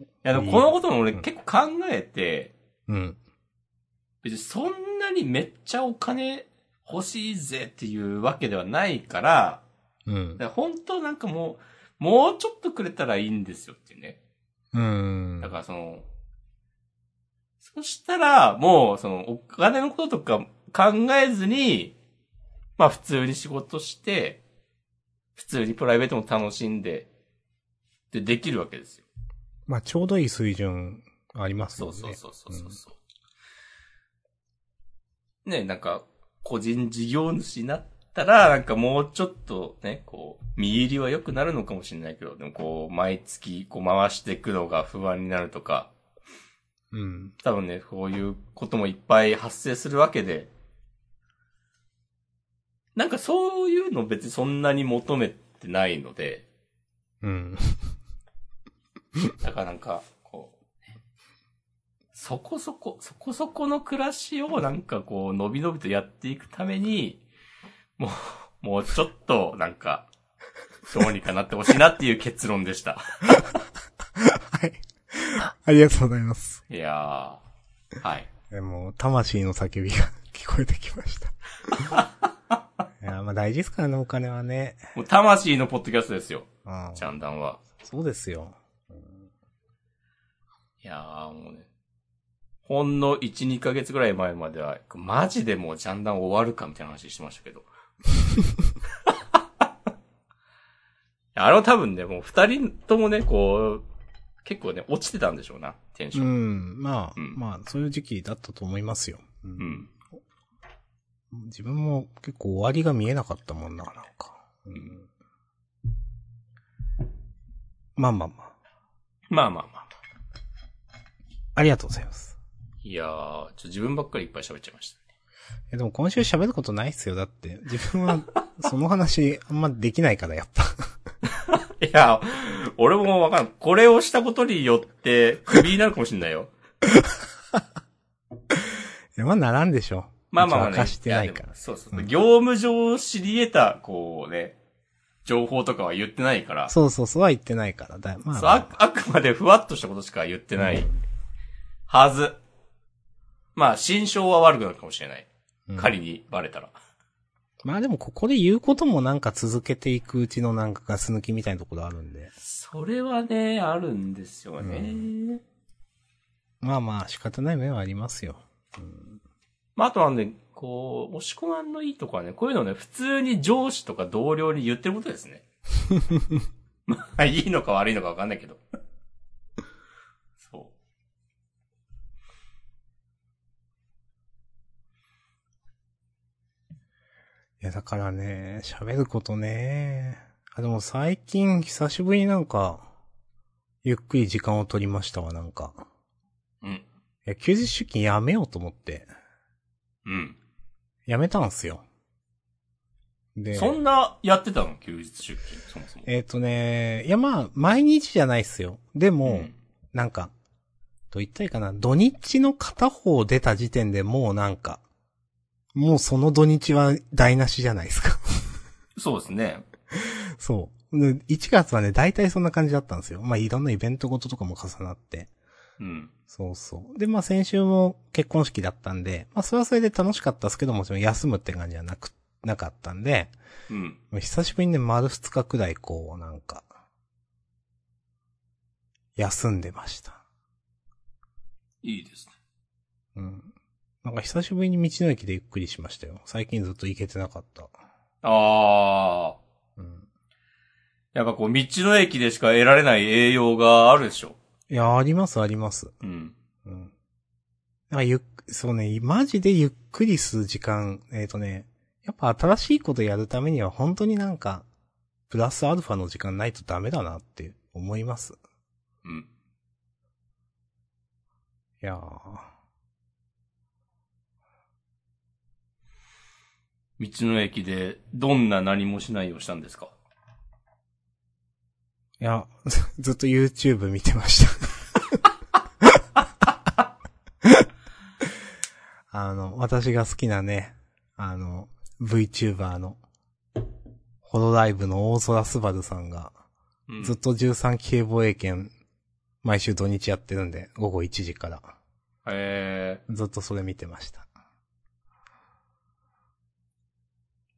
いや、でもこのことも俺うん結構考えて、うん。別にそんなにめっちゃお金欲しいぜっていうわけではないから、うんだか。ら本当なんかもう、もうちょっとくれたらいいんですよっていうね。うんだ。からその、そしたら、もう、その、お金のこととか考えずに、まあ普通に仕事して、普通にプライベートも楽しんで、で、できるわけですよ。まあ、ちょうどいい水準ありますそようね。そうそうそうそうそう。ね、なんか、個人事業主になったら、なんかもうちょっとね、こう、見入りは良くなるのかもしれないけど、でもこう、毎月こう回していくのが不安になるとか、うん。多分ね、こういうこともいっぱい発生するわけで、なんかそういうの別にそんなに求めてないので、うん。だからなんか、こう、そこそこ、そこそこの暮らしをなんかこう、伸び伸びとやっていくために、もう、もうちょっと、なんか、どうにかなってほしいなっていう結論でした。はい。ありがとうございます。いやー、はい。えもう、魂の叫びが *laughs* 聞こえてき *laughs* ました。いや、まあ大事ですからね、お金はね。もう魂のポッドキャストですよ、うん。ジャンダンは。そうですよ。いやー、もうね。ほんの1、2ヶ月ぐらい前までは、マジでもうジャンダン終わるかみたいな話してましたけど。 *laughs* あれは多分ね、もう二人ともね、こう、結構ね、落ちてたんでしょうな、テンシうョン。ん。まあ、うんまあ、そういう時期だったと思いますよ。ううん。ん。自分も結構終わりが見えなかったもんな、なんか。うん。まあまあまあ。まあまあまあ。ありがとうございます。いやー、ちょっと自分ばっかりいっぱい喋っちゃいましたね。え、でも今週喋ることないっすよ。だって、自 *laughs* 分は、その話、あんまできないから、やっぱ。いやー、俺もわかんない。これをしたことによって、クビになるかもしんないよ。いやまあ、ならんでしょ。まあまあまあ明ね。かしてないかやでもら。そうそうそう。業務上知り得た、こうね、情報とかは言ってないから、そうそうそうは言ってないから。だまあ、そうあくあくまでふわっとしたことしか言ってないはず。まあ、心象は悪くなるかもしれない。うん仮にバレたら。まあでも、ここで言うこともなんか続けていくうちのなんかガス抜きみたいなところあるんで。それはね、あるんですよね。まあまあ、仕方ない面はありますよ。まあ、あとはね、こう、押し込まんのいいとこはね、こういうのね、普通に上司とか同僚に言ってることです *laughs* ね。まあ、いいのか悪いのかわかんないけど。そう。いや、だからね、喋ることね。あ、でも最近、久しぶりになんか、ゆっくり時間を取りましたわ、なんか。うん。いや、休日出勤やめようと思って。うん。やめたんすよ。で、そんなやってたの休日出勤、そもそも。えっ、とね、いやまあ、毎日じゃないっすよ。でも、んなんか、と言ったらいいかな、土日の片方出た時点でもうなんか、もうその土日は台無しじゃないですか。 *laughs* そうですね。そう。で1月はね、大体そんな感じだったんですよ。まあ、いろんなイベントごととかも重なって。うん。そうそう。で、まあ、先週も結婚式だったんで、まあ、それはそれで楽しかったですけども、ちろん休むって感じじゃなく、なかったんで、うん。もう久しぶりにね、丸2日くらいこう、なんか、休んでました。いいですね。うん。なんか久しぶりに道の駅でゆっくりしましたよ。最近ずっと行けてなかった。ああ。うん。やっぱこう、道の駅でしか得られない栄養があるでしょ。いや、あります、あります。うん。うん。なんかゆっく、そうね、マジでゆっくりする時間、えっ、とね、やっぱ新しいことやるためには本当になんか、プラスアルファの時間ないとダメだなって思います。うん。いやー。道の駅で、どんな何もしないをしたんですかいや、 *laughs* ずずっと YouTube 見てました。 *laughs* あの、私が好きなね、あの、VTuber の、ホロライブの大空すばるさんが、うんずっと13期防衛圏、毎週土日やってるんで、午後1時から。えずっとそれ見てました。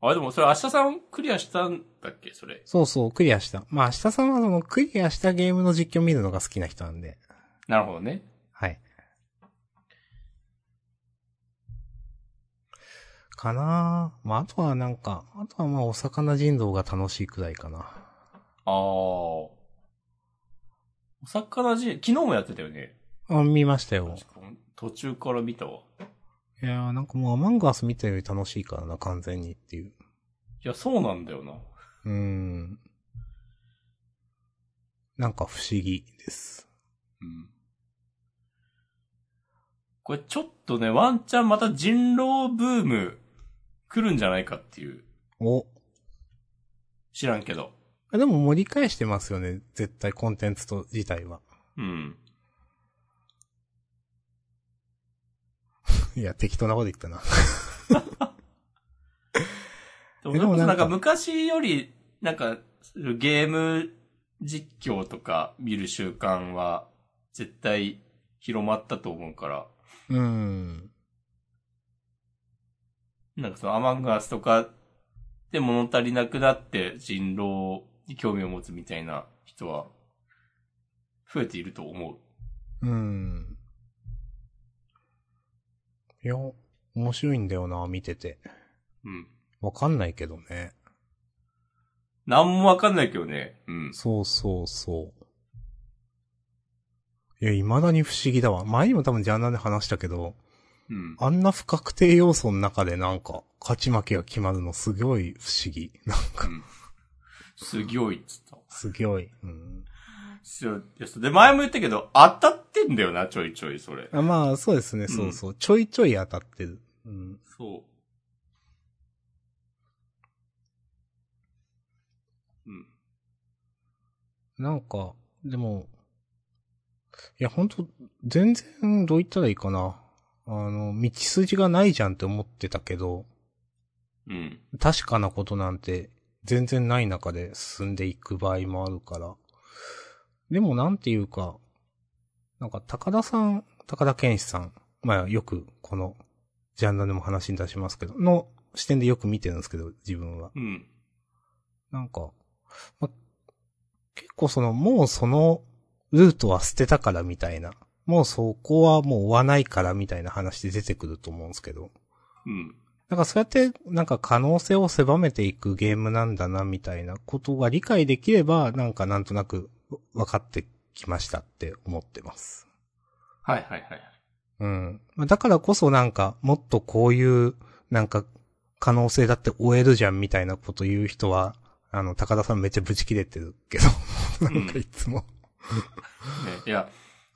あ、でもそれ明日さんクリアしたんだっけそれ。そうそう、クリアした。まあ、明日さんはそのクリアしたゲームの実況見るのが好きな人なんで。なるほどね。はい。かなぁまあ、あとはなんか、あとはまあ、お魚人道が楽しいくらいかな。ああ。お魚じ、昨日もやってたよね。あ、見ましたよ。途中から見たわ。いやーなんかもうアマンガス見たより楽しいからな、完全にっていう。いや、そうなんだよな。うーん。なんか不思議です。うん。これちょっとね、ワンチャンまた人狼ブーム来るんじゃないかっていう。お。知らんけど。あでも盛り返してますよね、絶対コンテンツと自体は。 *laughs* うん。いや、適当なこと言ったな。でえでももなんかなんか昔より、なんか、ゲーム実況とか見る習慣は絶対広まったと思うから、うーん。なんかそのアマンガースとかで物足りなくなって人狼に興味を持つみたいな人は増えていると思う。うーん。いや、面白いんだよな、見てて。うん。わかんないけどね。なんもわかんないけどね。うん。そうそうそう。いや、未だに不思議だわ。前にも多分ジャンナーで話したけど、うん。あんな不確定要素の中でなんか、勝ち負けが決まるのすごい不思議。なんか、すぎょいっつった。すごい。うん。そうですで、前も言ったけど、当たってんだよな、ちょいちょい、それ。あまあ、そうですね、そうそう。ちょいちょい当たってる。うん。そう。うん。なんか、でも、いや、ほんと、全然どう言ったらいいかな。あの、道筋がないじゃんって思ってたけど、うん。確かなことなんて全然ない中で進んでいく場合もあるから。でもなんていうか、なんか高田さん、高田健志さん、まあよくこのジャンルでも話に出しますけど、の視点でよく見てるんですけど、自分は。うん。なんか、ま、結構その、もうそのルートは捨てたからみたいな、もうそこはもう追わないからみたいな話で出てくると思うんですけど。うん。なんかそうやって、なんか可能性を狭めていくゲームなんだな、みたいなことが理解できれば、なんかなんとなく分かってきましたって思ってます。はいはいはい。うん。まあだからこそなんか、もっとこういう、なんか、可能性だって追えるじゃん、みたいなこと言う人は、あの、高田さんめっちゃブチ切れてるけど、う *laughs* んなんかいつも。ね、いや、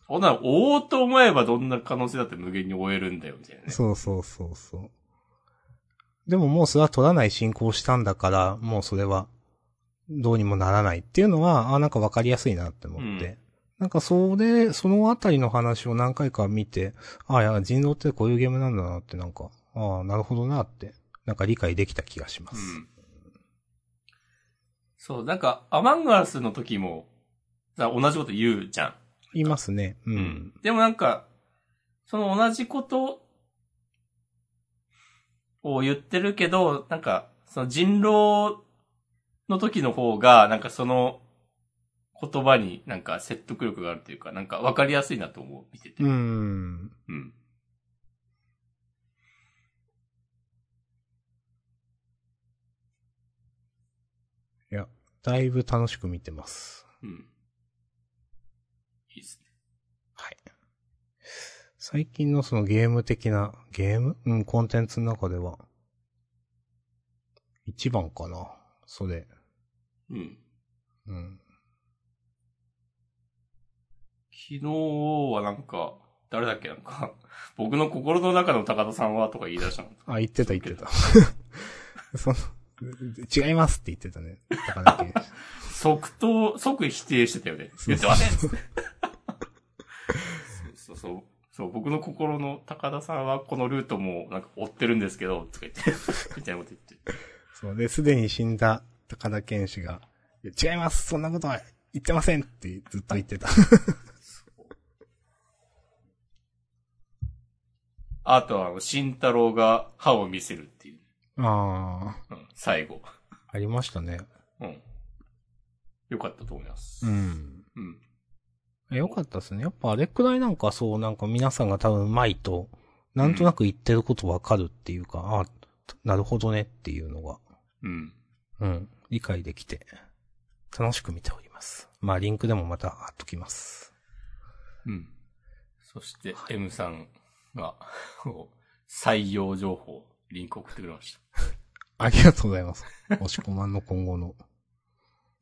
そんなの追おうと思えばどんな可能性だって無限に追えるんだよ、みたいなね。そうそうそうそう。でももうそれは取らない進行をしたんだから、もうそれはどうにもならないっていうのは、あなんかわかりやすいなって思って。うんなんかそれ、そのあたりの話を何回か見て、ああ、いや、人狼ってこういうゲームなんだなってなんか、ああ、なるほどなって、なんか理解できた気がしまうす。ん。そう、なんか、アマンガースの時も、さ同じこと言うじゃん。言いますね。う。。うんでもなんか、その同じことを言ってるけど、なんか、その人狼の時の方が、なんかその言葉になんか説得力があるというか、なんかわかりやすいなと思う、見てて。うん。うん。だいぶ楽しく見てます。うん。いいですね。はい。最近のそのゲーム的な、ゲームうん、コンテンツの中では、一番かな。それ。うん。うん。昨日はなんか、誰だっけなんか、僕の心の中の高田さんはとか言い出したの。あ、言ってた言ってた。 *laughs* その、違いますって言ってたね。だからだけ即答、即否定してたよね。そ *laughs* う言ってませんっつってそうそうそう。そう、僕の心の高田さんはこのルートもなんか追ってるんですけど、とか言って、 *laughs* みたいなこと言って。そうで、すでに死んだ高田健志が、いや違いますそんなことは言ってませんってずっと言っ *laughs* てた。あとは、あの慎太郎が歯を見せるっていう。ああ。うん最後。ありましたね。うん。よかったと思います。う。ん。うん。よかったですね。やっぱあれくらいなんかそう、なんか皆さんが多分うまいと、なんとなく言ってることわかるっていうか、あなるほどねっていうのが、うん。うん、理解できて、楽しく見ております。まあ、リンクでもまた貼っときます。うん。そして、M さんが、 *laughs* こう採用情報、リンク送ってくれました。ありがとうございます。 *laughs* 押し込まんの今後の。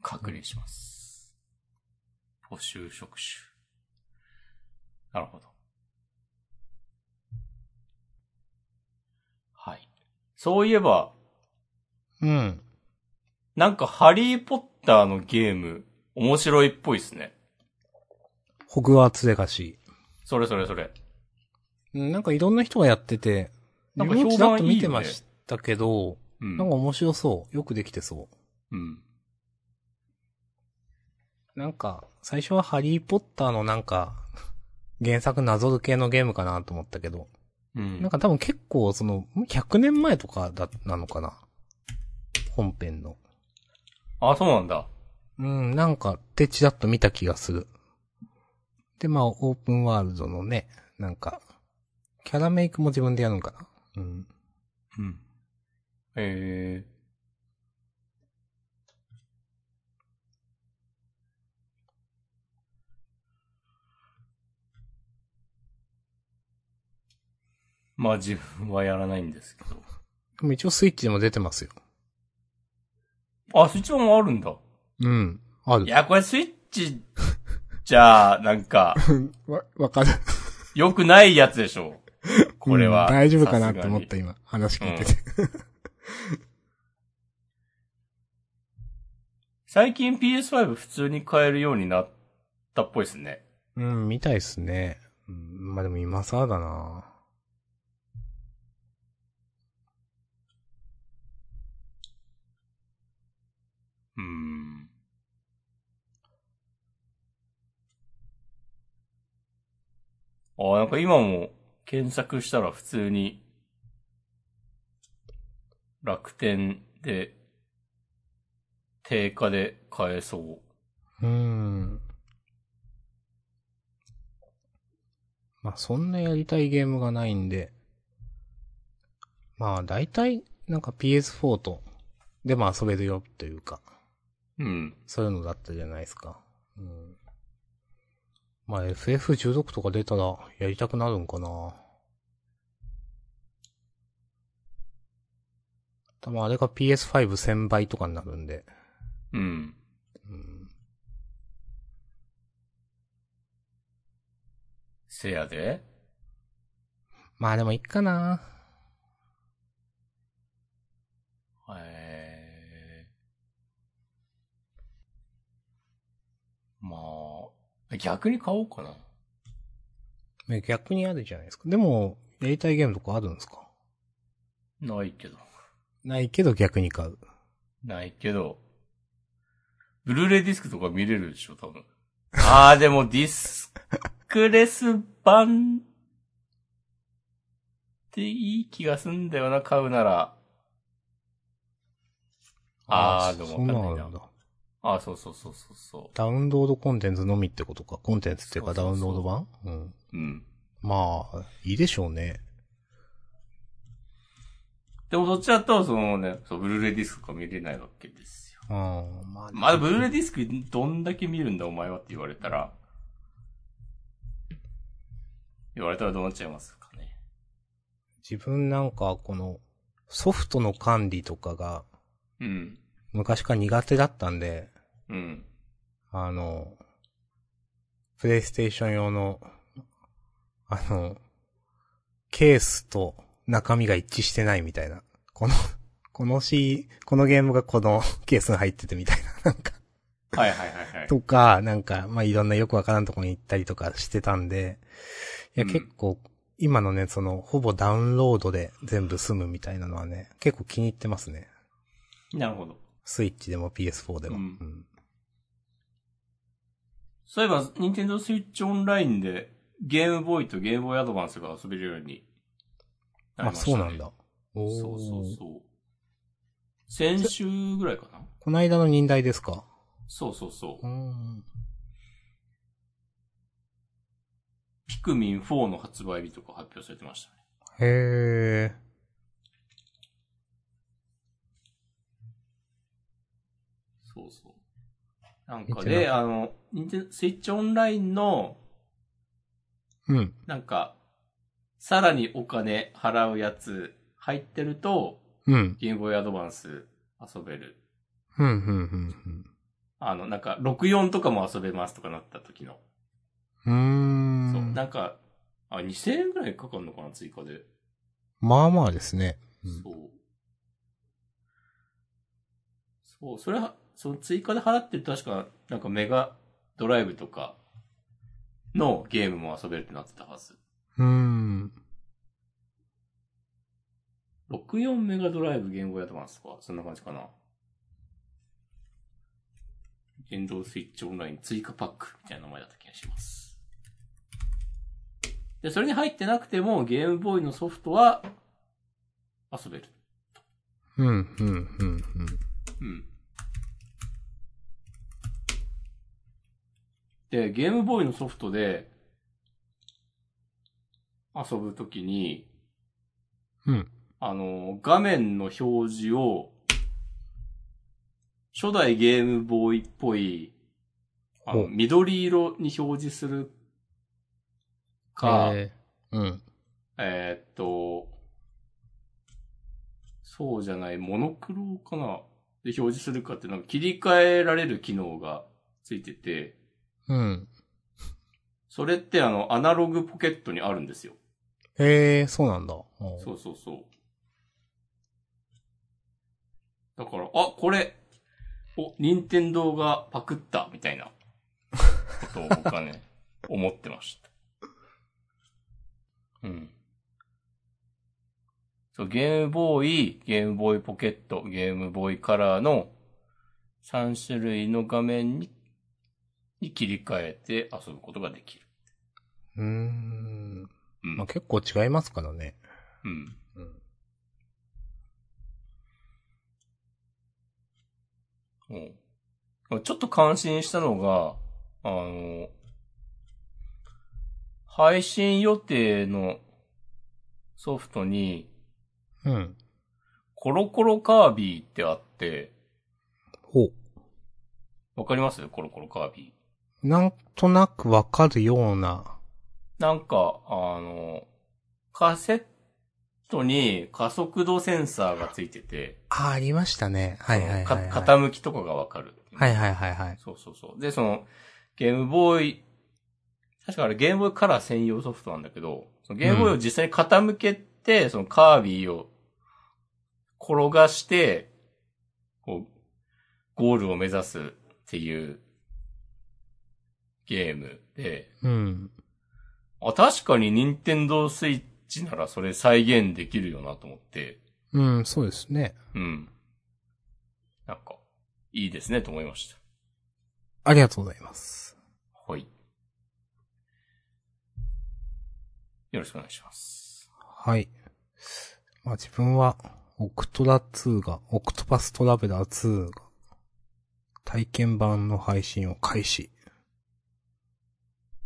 確認します。募集職種。なるほど。はい。そういえば、うん。なんかハリーポッターのゲーム、面白いっぽいですね。ホグワーツレガシそれそれそれ。ー。うんなんかいろんな人がやってて、なんか自分もちらっと評判いいよね見てましたけど、うん。なんか面白そう。よくできてそう。うん。なんか、最初はハリーポッターのなんか、原作なぞる系のゲームかなと思ったけど、うん。なんか多分結構その、100年前とかだ、なのかな本編の。あ、そうなんだ。うん、なんか、ってちらっと見た気がする。で、まあ、オープンワールドのね、なんか、キャラメイクも自分でやるんかなうん。うん。えー。まあ自分はやらないんですけど。でも一応スイッチでも出てますよ。あ、スイッチ版もあるんだ。うん。あるい。や、これスイッチじゃあ、なんか、わ、わかる。良くないやつでしょう。 *laughs* これは。うん大丈夫かなって思っさすがたに。今、話聞いてて。最近 PS5 普通に買えるようになったっぽいですね。うん、見たいっすね。うん、まあでも今更だなうーん。あ、なんか今も検索したら普通に楽天で定価で買えそう。うん。まあそんなやりたいゲームがないんで。まあ大体、なんか PS4 と、でも遊べるよというか、うん。そういうのだったじゃないですか。うん。まあ FF16 とか出たらやりたくなるんかな。多分あれが PS51000 倍とかになるんで。うん。うん。せやで。まあでもいっかな。えー、まあ、逆に買おうかな。ね逆にあるじゃないですか。でも、やりたいゲームとかあるんですかないけど。ないけど逆に買う。ないけど、ブルーレイディスクとか見れるでしょ、多分。あー、でもディスクレス版っていい気がすんだよな、買うなら。あー、でそもそんわなかんのなあいるんだな。。あー、そうそうそうそうそダウンロードコンテンツのみってことか。コンテンツっていうかそダうそうそうウンロード版うん。う。うん。まあ、いいでしょうね。でもそっちだと、そのね、そう、ブルーレイディスクとか見れないわけですよ。うん。まあ、まあ、ブルーレイディスクどんだけ見るんだ、お前はって言われたら、言われたらどうなっちゃいますかね。自分なんか、この、ソフトの管理とかが、うん。昔から苦手だったんで、うん。あの、プレイステーション用の、あの、ケースと中身が一致してないみたいな。この、この C、このゲームがこの *laughs* ケースに入っててみたいな、なんか、はいはいはいはい。とか、なんか、まあ、いろんなよくわからんとこに行ったりとかしてたんで、いや、うん結構、今のね、その、ほぼダウンロードで全部済むみたいなのはね、結構気に入ってますね。なるほど。スイッチでも PS4 でも。うんうんそういえば、任天堂スイッチオンラインで、ゲームボーイとゲームボーイアドバンスが遊べるようになりあ、ました、ね。そうなんだ。そうそうおーそう。先週ぐらいかなこの間の忍耐ですかそうそうそうう。ん。ピクミン4の発売日とか発表されてましたね。へえ。そうそう。なん見かてないで、あの、ニンテスイッチオンラインの、うん。なんか、さらにお金払うやつ入ってると、うん。ゲームボーイアドバンス遊べる。うん、うん、あの、なんか、64とかも遊べますとかなった時の。うん、うん。うそう。ーん。なんか、あ、2000円ぐらいかかるのかな、追加で。まあまあですね。うんそう。そう、それは、その追加で払ってると確か、なんかメガドライブとかのゲームも遊べるってなってたはず。うーん。 64メガドライブゲームボーイアドバンスとか、そんな感じかな。電動スイッチオンライン追加パックみたいな名前だった気がします。で、それに入ってなくてもゲームボーイのソフトは遊べる。うん、うん、うん、うん。うん。で、ゲームボーイのソフトで遊ぶときに、うん。あの、画面の表示を、初代ゲームボーイっぽい、あのほう緑色に表示するか、えーうん。えーっと、そうじゃない、モノクロかなで表示するかって、なんか切り替えられる機能がついてて、うん。それってあの、アナログポケットにあるんですよ。へえ、そうなんだ。そうそうそう。だから、あ、これ、お、任天堂がパクった、みたいな、ことを僕はね、思ってました。うん。そう、ゲームボーイ、ゲームボーイポケット、ゲームボーイカラーの3種類の画面にに切り替えて遊ぶことができる。うーん。うん。まあ、結構違いますからね。うん。うん。ちょっと感心したのが、あの、配信予定のソフトに、うん。コロコロカービィってあって、ほう。わかりますコロコロカービィ。なんとなくわかるような。なんか、あの、カセットに加速度センサーがついてて、あ、ありましたね。はいはいはい、はい。か傾きとかがわかる。はいはいはいはい。そうそうそう。で、その、ゲームボーイ、確かあれゲームボーイカラー専用ソフトなんだけど、そのゲームボーイを実際に傾けて、そのカービィを転がして、こう、ゴールを目指すっていうゲームで、うん。あ、確かに任天堂スイッチならそれ再現できるよなと思って、うん、そうですね。うん。なんか、いいですねと思いました。ありがとうございます。はい。よろしくお願いします。はい。まあ自分は、オクトラ2が、オクトパストラベラー2が、体験版の配信を開始。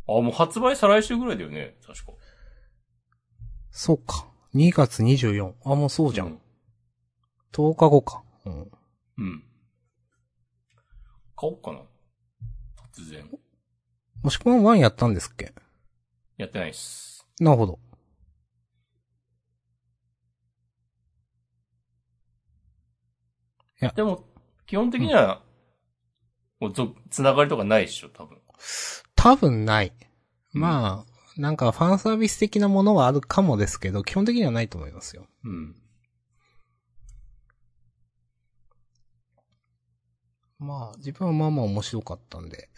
あ、もう発売再来週ぐらいだよね、確か。そうか。2月24。あ、もうそうじゃん。うん。 10日後か。うん。うん買おうかな。突然。もしくは1やったんですっけやってないっす。なるほど。でも、基本的には、もうぞ、つながりとかないっしょ、多分。多分ない。うんまあ、なんかファンサービス的なものはあるかもですけど、基本的にはないと思いますよ。うん。まあ、自分はまあまあ面白かったんで。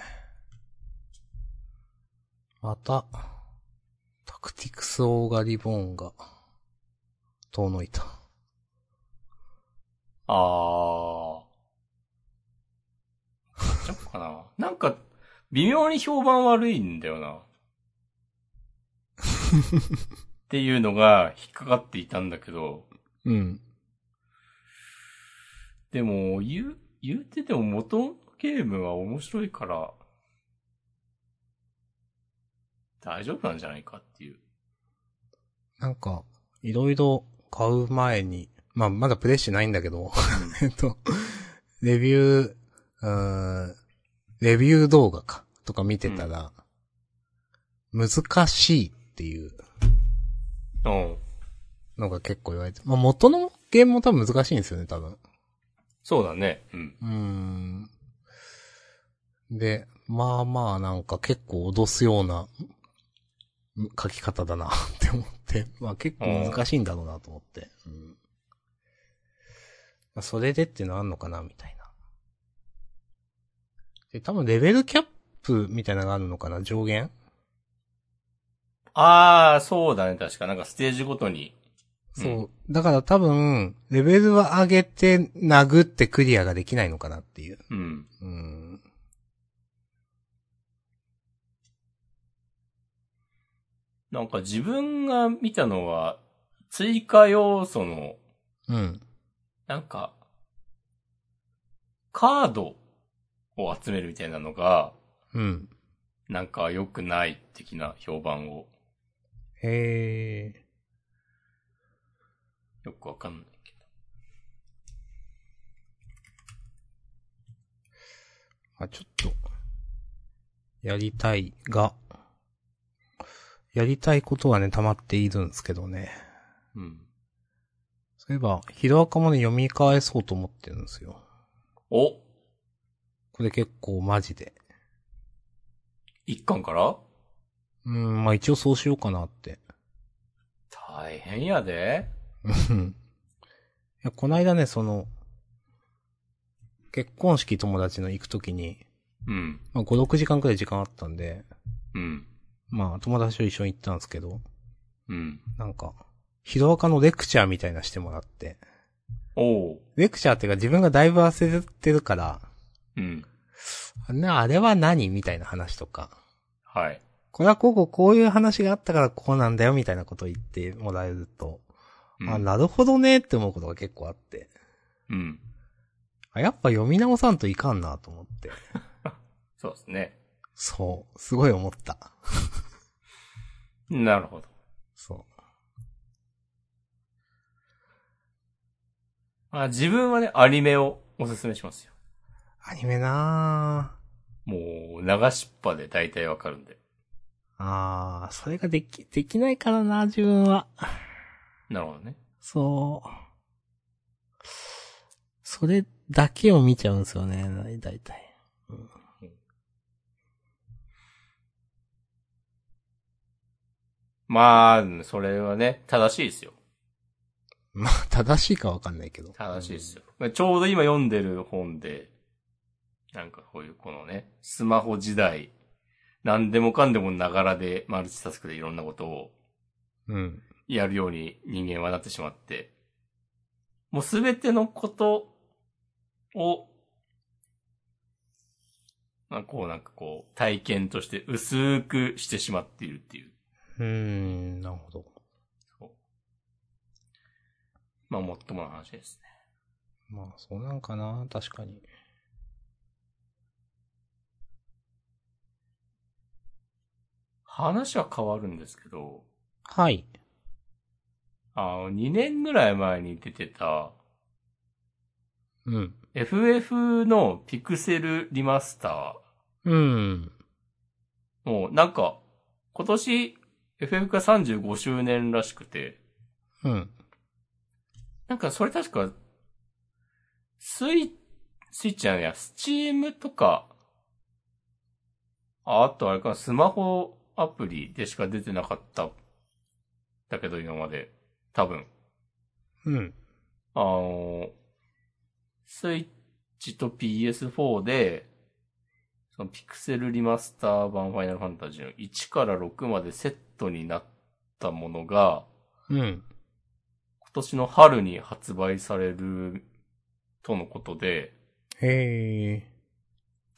また、タクティクスオーガリボーンが、遠のいた。あー。買っちゃおうかな。なんか、微妙に評判悪いんだよな。っていうのが引っかかっていたんだけど、うん。でも、言う、言うてても元のゲームは面白いから、大丈夫なんじゃないかっていう。なんか、いろいろ買う前に、まあ、まだプレイしてないんだけど、 *laughs* えっと、レビュー、うーんレビュー動画か、とか見てたら、難しいっていううん。のが結構言われて、まあ、元のゲームも多分難しいんですよね、多分。そうだね。うん。うーん。で、まあまあなんか結構脅すようなうん書き方だな *laughs* って思って、まあ結構難しいんだろうなと思って。うんまあ、それでっていうのあんのかなみたいな。で、多分レベルキャップみたいなのがあるのかな上限ああ、そうだね。確か。なんかステージごとに。そう。だから多分、レベルは上げて殴ってクリアができないのかなっていう。うん。うん。なんか自分が見たのは、追加要素の、うん。なんか、カードを集めるみたいなのが、うん。なんか良くない的な評判をへー。よくわかんないけど。あ、ちょっと、やりたいが、やりたいことはね、溜まっているんですけどね。うん。そういえば、ヒロアカもね、読み返そうと思ってるんですよ。おこれ結構マジで。一巻からうーん、まあ一応そうしようかなって。 *laughs* 大変やで。うんいや、こないだね、その、結婚式友達の行くときに、うん。まあ5、6時間くらい時間あったんで、うん。まあ友達と一緒に行ったんですけど、うん。なんか、ヒロアカのレクチャーみたいなしてもらって、おう。レクチャーっていうか自分がだいぶ焦ってるから、うん。ね、あれは何みたいな話とか。はい。これはこうこうこういう話があったからこうなんだよみたいなことを言ってもらえると、うんあ、なるほどねって思うことが結構あって。うん。あ、やっぱ読み直さんといかんなと思って。そうですね。そう。すごい思った。なるほど。そう。あ自分はね、アニメをおすすめしますよ。アニメなもう、流しっぱで大体わかるんで。ぁ。あー、それができ、できないからな自分は。なるほどね。そう。それだけを見ちゃうんですよね、だいたい。まあ、それはね、正しいですよ。まあ、正しいかわかんないけど。正しいですよ。ちょうど今読んでる本で、なんかこういうこのね、スマホ時代、何でもかんでもながらでマルチタスクでいろんなことをうん。やるように人間はなってしまって、もうすべてのことを、まあこうなんかこう、体験として薄くしてしまっているっていう。うーん、なるほど。まあもっともな話ですね。まあ、そうなんかな、確かに。話は変わるんですけど、はい。あの、2年ぐらい前に出てた、うん。 FF のピクセルリマスタうん。ーもうなんか、今年 FF が35周年らしくて、うん。なんかそれ確か、スイ、スイッチじゃないや、スチームとか、ああとあれかな、スマホアプリでしか出てなかった。だけど今まで、多分。うん。あの、スイッチと PS4 で、そのピクセルリマスター版ファイナルファンタジーの1から6までセットになったものが、うん。今年の春に発売されるとのことで、へえ。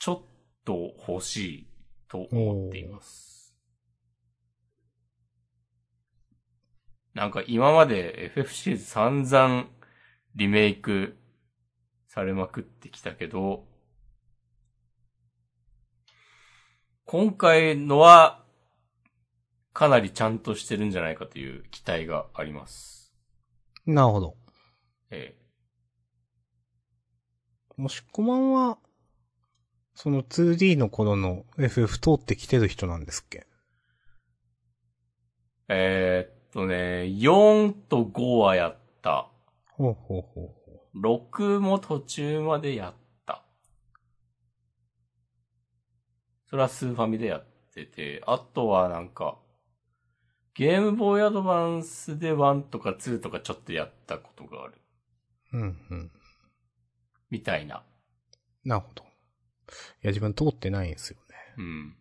ちょっと欲しいと思っています。なんか今まで FF シリーズ散々リメイクされまくってきたけど、今回のは、かなりちゃんとしてるんじゃないかという期待があります。なるほど。えもしこまんは、その 2D の頃の FF 通ってきてる人なんですっけええーっとね、4と5はやった。ほうほうほう。 6も途中までやった。それはスーファミでやってて、あとはなんか、ゲームボーイアドバンスで1とか2とかちょっとやったことがある。うんうん。みたいな。なるほど。いや、自分通ってないんですよね。うん。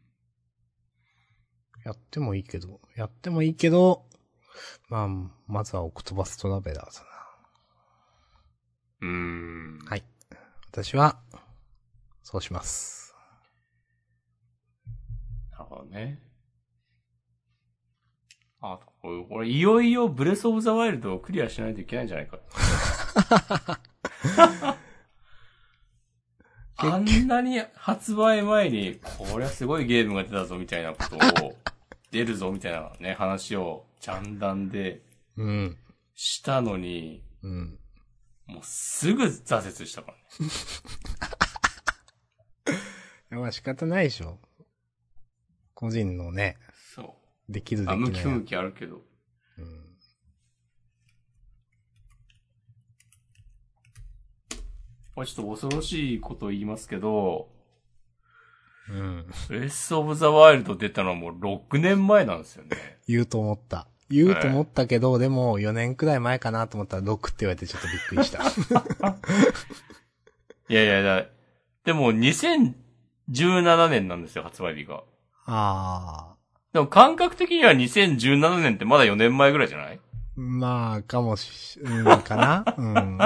やってもいいけど、やってもいいけど、まあ、まずはオクトバストラベラーだうな。ーん。はい私は、そうします。なるほどね。あ、これ、これいよいよブレスオブザワイルドをクリアしないといけないんじゃないか。 *laughs* あんなに発売前に、こりゃすごいゲームが出たぞみたいなことを、出るぞみたいなね、話を、ジャンダンでうん。したのに、うん。もうすぐ挫折したからね。いやまあ仕方ないでしょ。個人のね、そう。できるできあ、ない。向き不向きあるけど。うんこれちょっと恐ろしいことを言いますけど、うん。ブレスオブザワイルド出たのはもう6年前なんですよね。言うと思った。言うと思ったけど、でも4年くらい前かなと思ったら6って言われてちょっとびっくりした。いやいやいや、でも2017年なんですよ、発売日が。 *laughs* あでも感覚的には2017年ってまだ4年前ぐらいじゃないー。まあ、かもし、うん、かなうん。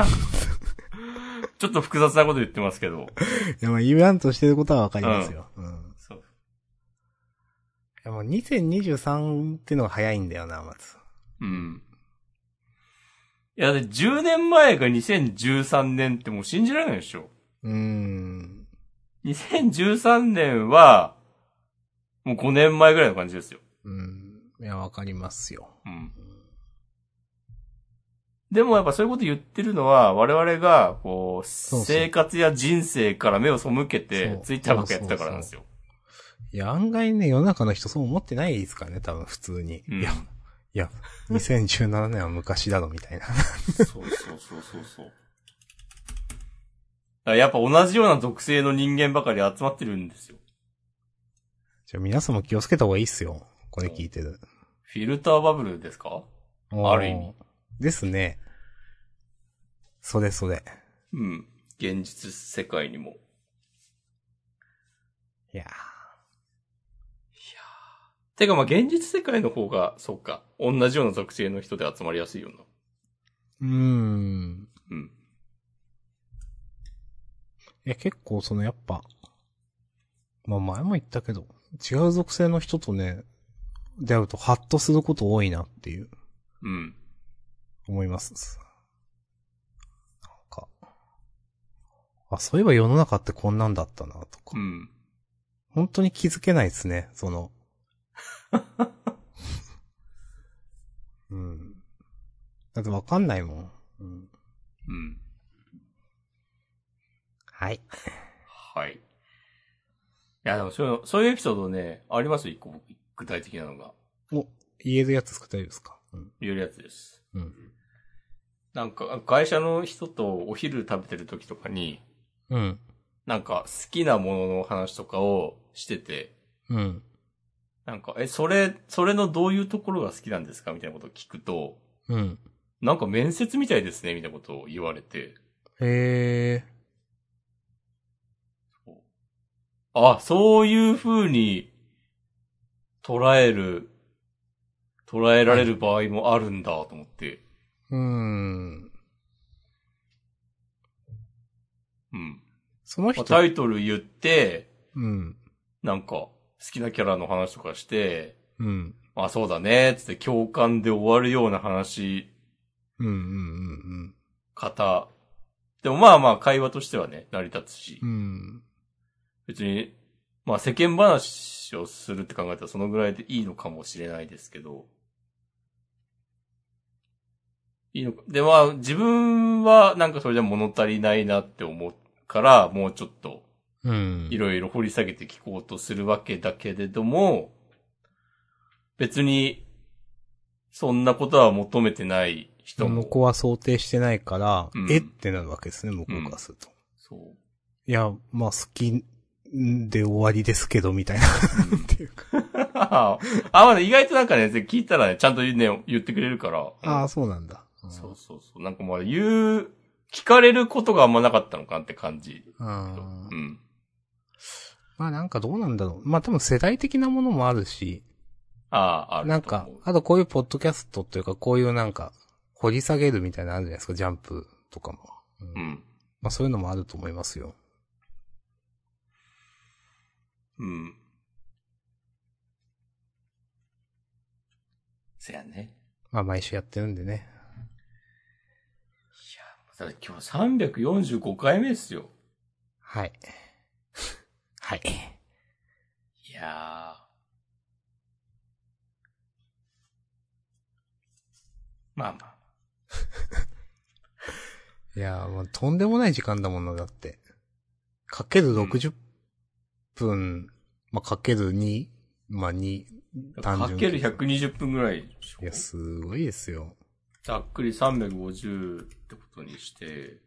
ちょっと複雑なこと言ってますけど。でも言わんとしてることはわかりますよ。うん。そう。いやもう2023っていうのが早いんだよな、まず。うん。いや、で10年前が2013年ってもう信じられないでしょ。うーん。 2013年は、もう5年前ぐらいの感じですよ。うん。いや、わかりますよ。うん。でもやっぱそういうこと言ってるのは、我々が、こう、うそう生活や人生から目を背けてそう、ツイッターばっかやってたからなんですよ。いや、案外ね、世の中の人そう思ってないですからね、多分普通に。うんいや、いや、2017年は昔だろ、みたいな。 *laughs* そうそうそうそうそう。だからやっぱ同じような属性の人間ばかり集まってるんですよ。じゃあ皆さんも気をつけた方がいいっすよ。これ聞いてる。フィルターバブルですかある意味おー。ですね。それそれ。うん。現実世界にも。いやてかまあ現実世界の方が、そうか。同じような属性の人で集まりやすいよな。ーうーん。うん。いや、結構そのやっぱ、まあ前も言ったけど、違う属性の人とね、出会うとハッとすること多いなっていう、うん。思います。なんか、あ、そういえば世の中ってこんなんだったなとか、うん。本当に気づけないですね、*laughs* その。うん。だってわかんないもん。うん、うん。はい。はい。いや、でもそういう、そういうエピソードね、ありますよ、一個僕、具体的なのが。言えるやつ作ってるんですかうん。言えるやつです。うん。なんか、会社の人とお昼食べてる時とかに、うん。なんか、好きなものの話とかをしてて、うん。なんか、え、それ、それのどういうところが好きなんですかみたいなことを聞くと、うん。なんか面接みたいですね、みたいなことを言われて、へえ。あ、そういう風に捉える、捉えられる場合もあるんだと思って、うーん。うん。そのまあ人、タイトル言って、うん。なんか好きなキャラの話とかして、うん。あ、そうだね、つって共感で終わるような話、うんうんうんうん。方でもまあまあ会話としてはね、成り立つしう、ん。別に、まあ世間話をするって考えたらそのぐらいでいいのかもしれないですけど、いいのか。で、まあ自分はなんかそれじゃ物足りないなって思うから、もうちょっとうん。いろいろ掘り下げて聞こうとするわけだけれども、別に、そんなことは求めてない人も向。こうは想定してないから、うんえってなるわけですね、向こうからすると。そう。いや、まあ好きで終わりですけど、みたいな。っていうか。 *laughs* あ、まだ意外となんかね、聞いたらね、ちゃんとね、言ってくれるから。ああ、そうなんだ。うんそうそうそう。なんかまあ言う、聞かれることがあんまなかったのかなって感じ。あうーん。まあなんかどうなんだろう。まあ多分世代的なものもあるし、ああ、あるなんと思かう、あとこういうポッドキャストというか、こういうなんか、掘り下げるみたいなのあるじゃないですか、ジャンプとかも。うんうん。まあそういうのもあると思いますよ。うん。せやね。まあ毎週やってるんでね。だって今日345回目ですよ。はい。はい。いやー。まあまあ。いやー、もうとんでもない時間だもんな、だって。かける60分、まあかける2、まあ2、単純かける120分ぐらいでしょいや、すごいですよ。ざっくり350ってことにして、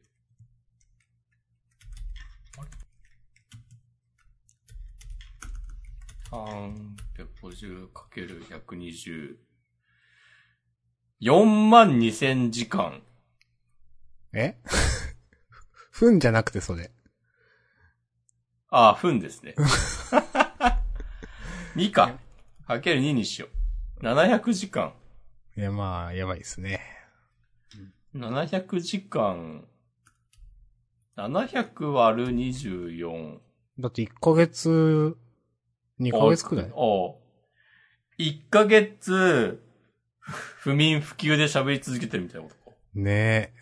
350×120。4万2000時間。え *laughs* ふんじゃなくてそれ。ああ、分ですね。2か。かける2にしよう。700時間。いや、まあ、やばいですね。 700時間。700割る24。だって1ヶ月、2ヶ月くらいお一ヶ月、不眠不休で喋り続けてるみたいなことか。ね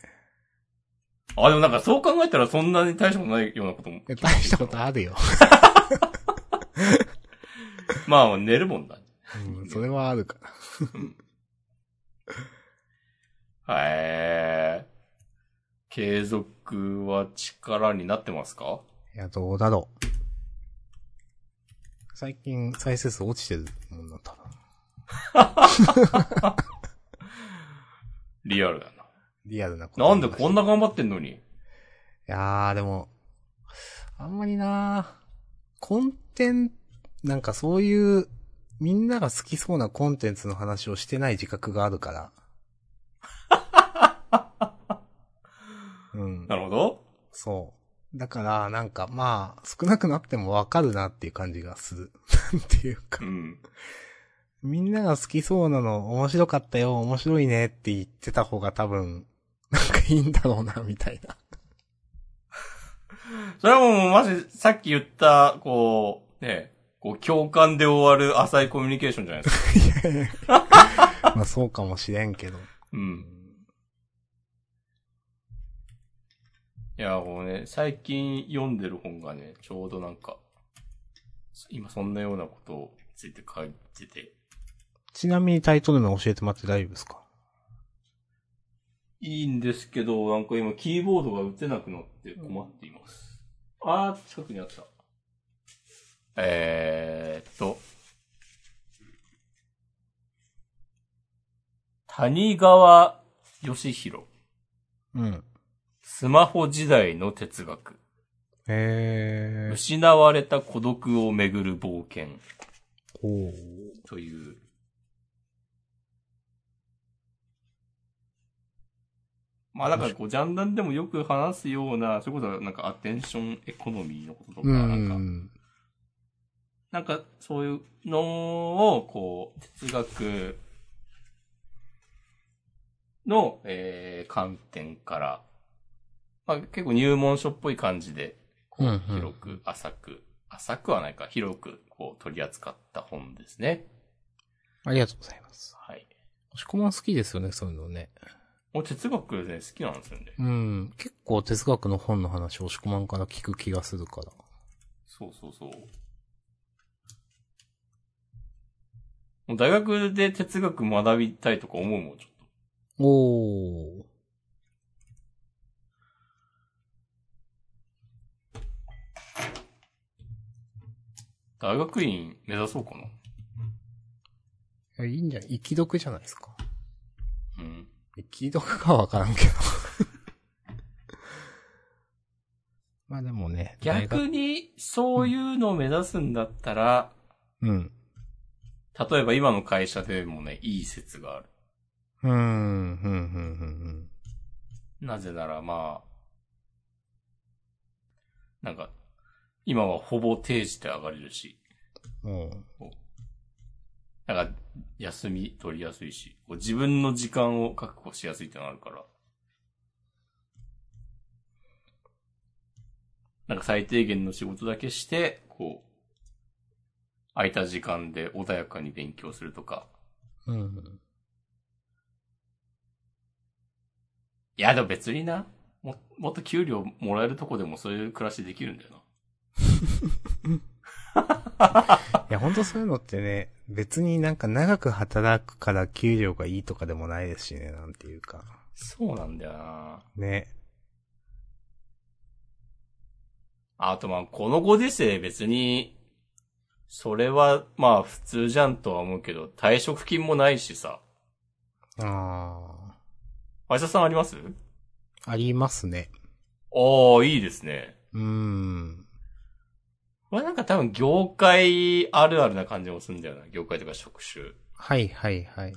あ、でもなんかそう考えたらそんなに大したことないようなこともえ。。大したことあるよ。 *laughs* まあ寝るもんだ、ね。うん、それはあるから。へえ。継続は力になってますかいや、どうだろう。最近、再生数落ちてるもんな、多分。リアルだリアルなこな。と。なんでこんいな頑張ってんのに。やー、でも、あんまりなーコンテン、なんかそういう、みんなが好きそうなコンテンツの話をしてない自覚があるから。うん。なるほど。そう。だから、なんか、まあ、少なくなってもわかるなっていう感じがする。 *laughs* なんていうかう。ん。みんなが好きそうなの、面白かったよ、面白いねって言ってた方が多分、なんかいいんだろうな、みたいな。それはもうまじ、さっき言った、こう、ね、こう共感で終わる浅いコミュニケーションじゃないですか。まあ、そうかもしれんけど。うん。いや、もうね、最近読んでる本がね、ちょうどなんか、今そんなようなことをついて書いてて、ちなみにタイトル名教えてもらって大丈夫ですかいいんですけど、なんか今キーボードが打てなくなって困っています。あー、近くにあった。えーっと、谷川義弘、うん。スマホ時代の哲学。へー。失われた孤独をめぐる冒険おーという。まあなんかこう、ジャンダンでもよく話すような、それこそなんかアテンションエコノミーのこととか、うなんか、ん。なんかそういうのを、こう、哲学の、えー観点から、まあ結構入門書っぽい感じで、こうんううん広く、浅く、浅くはないか、広く、こう取り扱った本ですね。ありがとうございます。はい。押し込まん好きですよね、そういうのね。もう哲学ね、好きなんですよね。うん。結構哲学の本の話、押し込まんから聞く気がするから。そうそうそう。もう大学で哲学学びたいとか思うもん、ちょっと。おー。大学院目指そうかな。いやいいんじゃない生き読じゃないですか。うん。生き読かわからんけど。 *laughs* まあでもね、大学逆に、そういうのを目指すんだったら、うん。例えば今の会社でもね、いい説がある。うーん、うん、うん、なぜならまあ、なんか、今はほぼ定時で上がれるし、うん、うん。うんなんか、休み取りやすいし、こう自分の時間を確保しやすいってのがあるから。なんか最低限の仕事だけして、こう、空いた時間で穏やかに勉強するとか。うん。いや、でも別にな、も、もっと給料もらえるとこでもそういう暮らしできるんだよな。いや、ほんとそういうのってね、別になんか長く働くから給料がいいとかでもないですしね、なんていうか。そうなんだよな。ね。あとまあ、このご時世別に、それはまあ普通じゃんとは思うけど、退職金もないしさ。ああしさんありますー。ありますね。ああ、いいですね。うーん。これなんか多分業界あるあるな感じもするんだよな。業界とか職種。はいはいはい。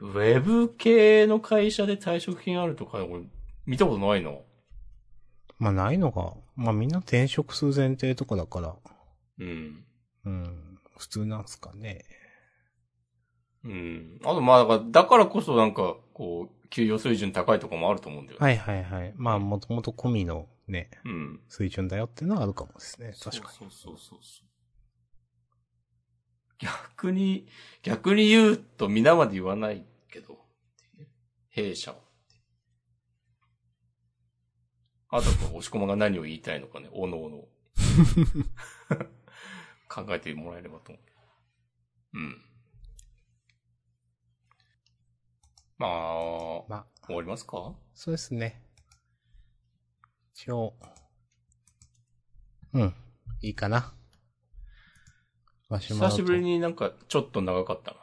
ウェブ系の会社で退職金あるとか、俺見たことないの。まあないのが、まあみんな転職する前提とかだから、うん。うん。普通なんすかね。うん。あとまあだから、だからこそなんか、こう、給与水準高いとかもあると思うんだよ。い。はいはいはい。まあもともと込みのね、うん。水準だよっていうのはあるかもですね。確かに。そうそうそうそうそう。逆に、逆に言うと皆まで言わないけど、弊社は。あと、押し込まが何を言いたいのかね、おのおの。考えてもらえればと思う。うん。まあ、まあ、終わりますかそうですね。一応。うん。いいかな。マシュマ久ロとしぶり。になんか、ちょっと長かったな。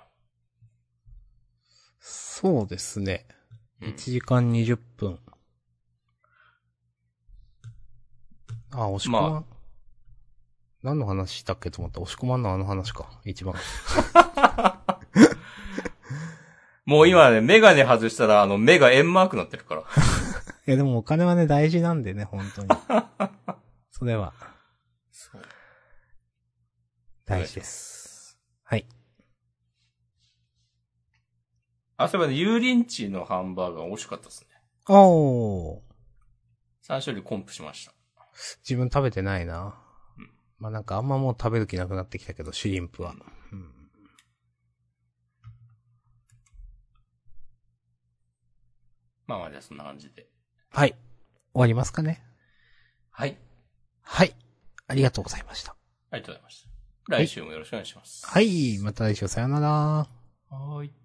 そうですね。うん1時間20分。あ、押し込まん。ま何の話したっけと思った。押し込まんのあの話か。一 *laughs* 番。もう今ね、メガネ外したら、あの、目が円マークになってるから。いや、でもお金はね、大事なんでね、本 *laughs* 当に。それは、そう。大事です。はい。あ、そういえばね、油淋鶏のハンバーガー美味しかったですね。おー。 3種類コンプしました。自分食べてないなうん。まあなんかあんまもう食べる気なくなってきたけど、シュリンプは。うんまあまあじゃあそんな感じで。はい。終わりますかね。はい。はい。ありがとうございました。ありがとうございました。来週もよろしくお願いします。はい。また来週さよなら。はーい。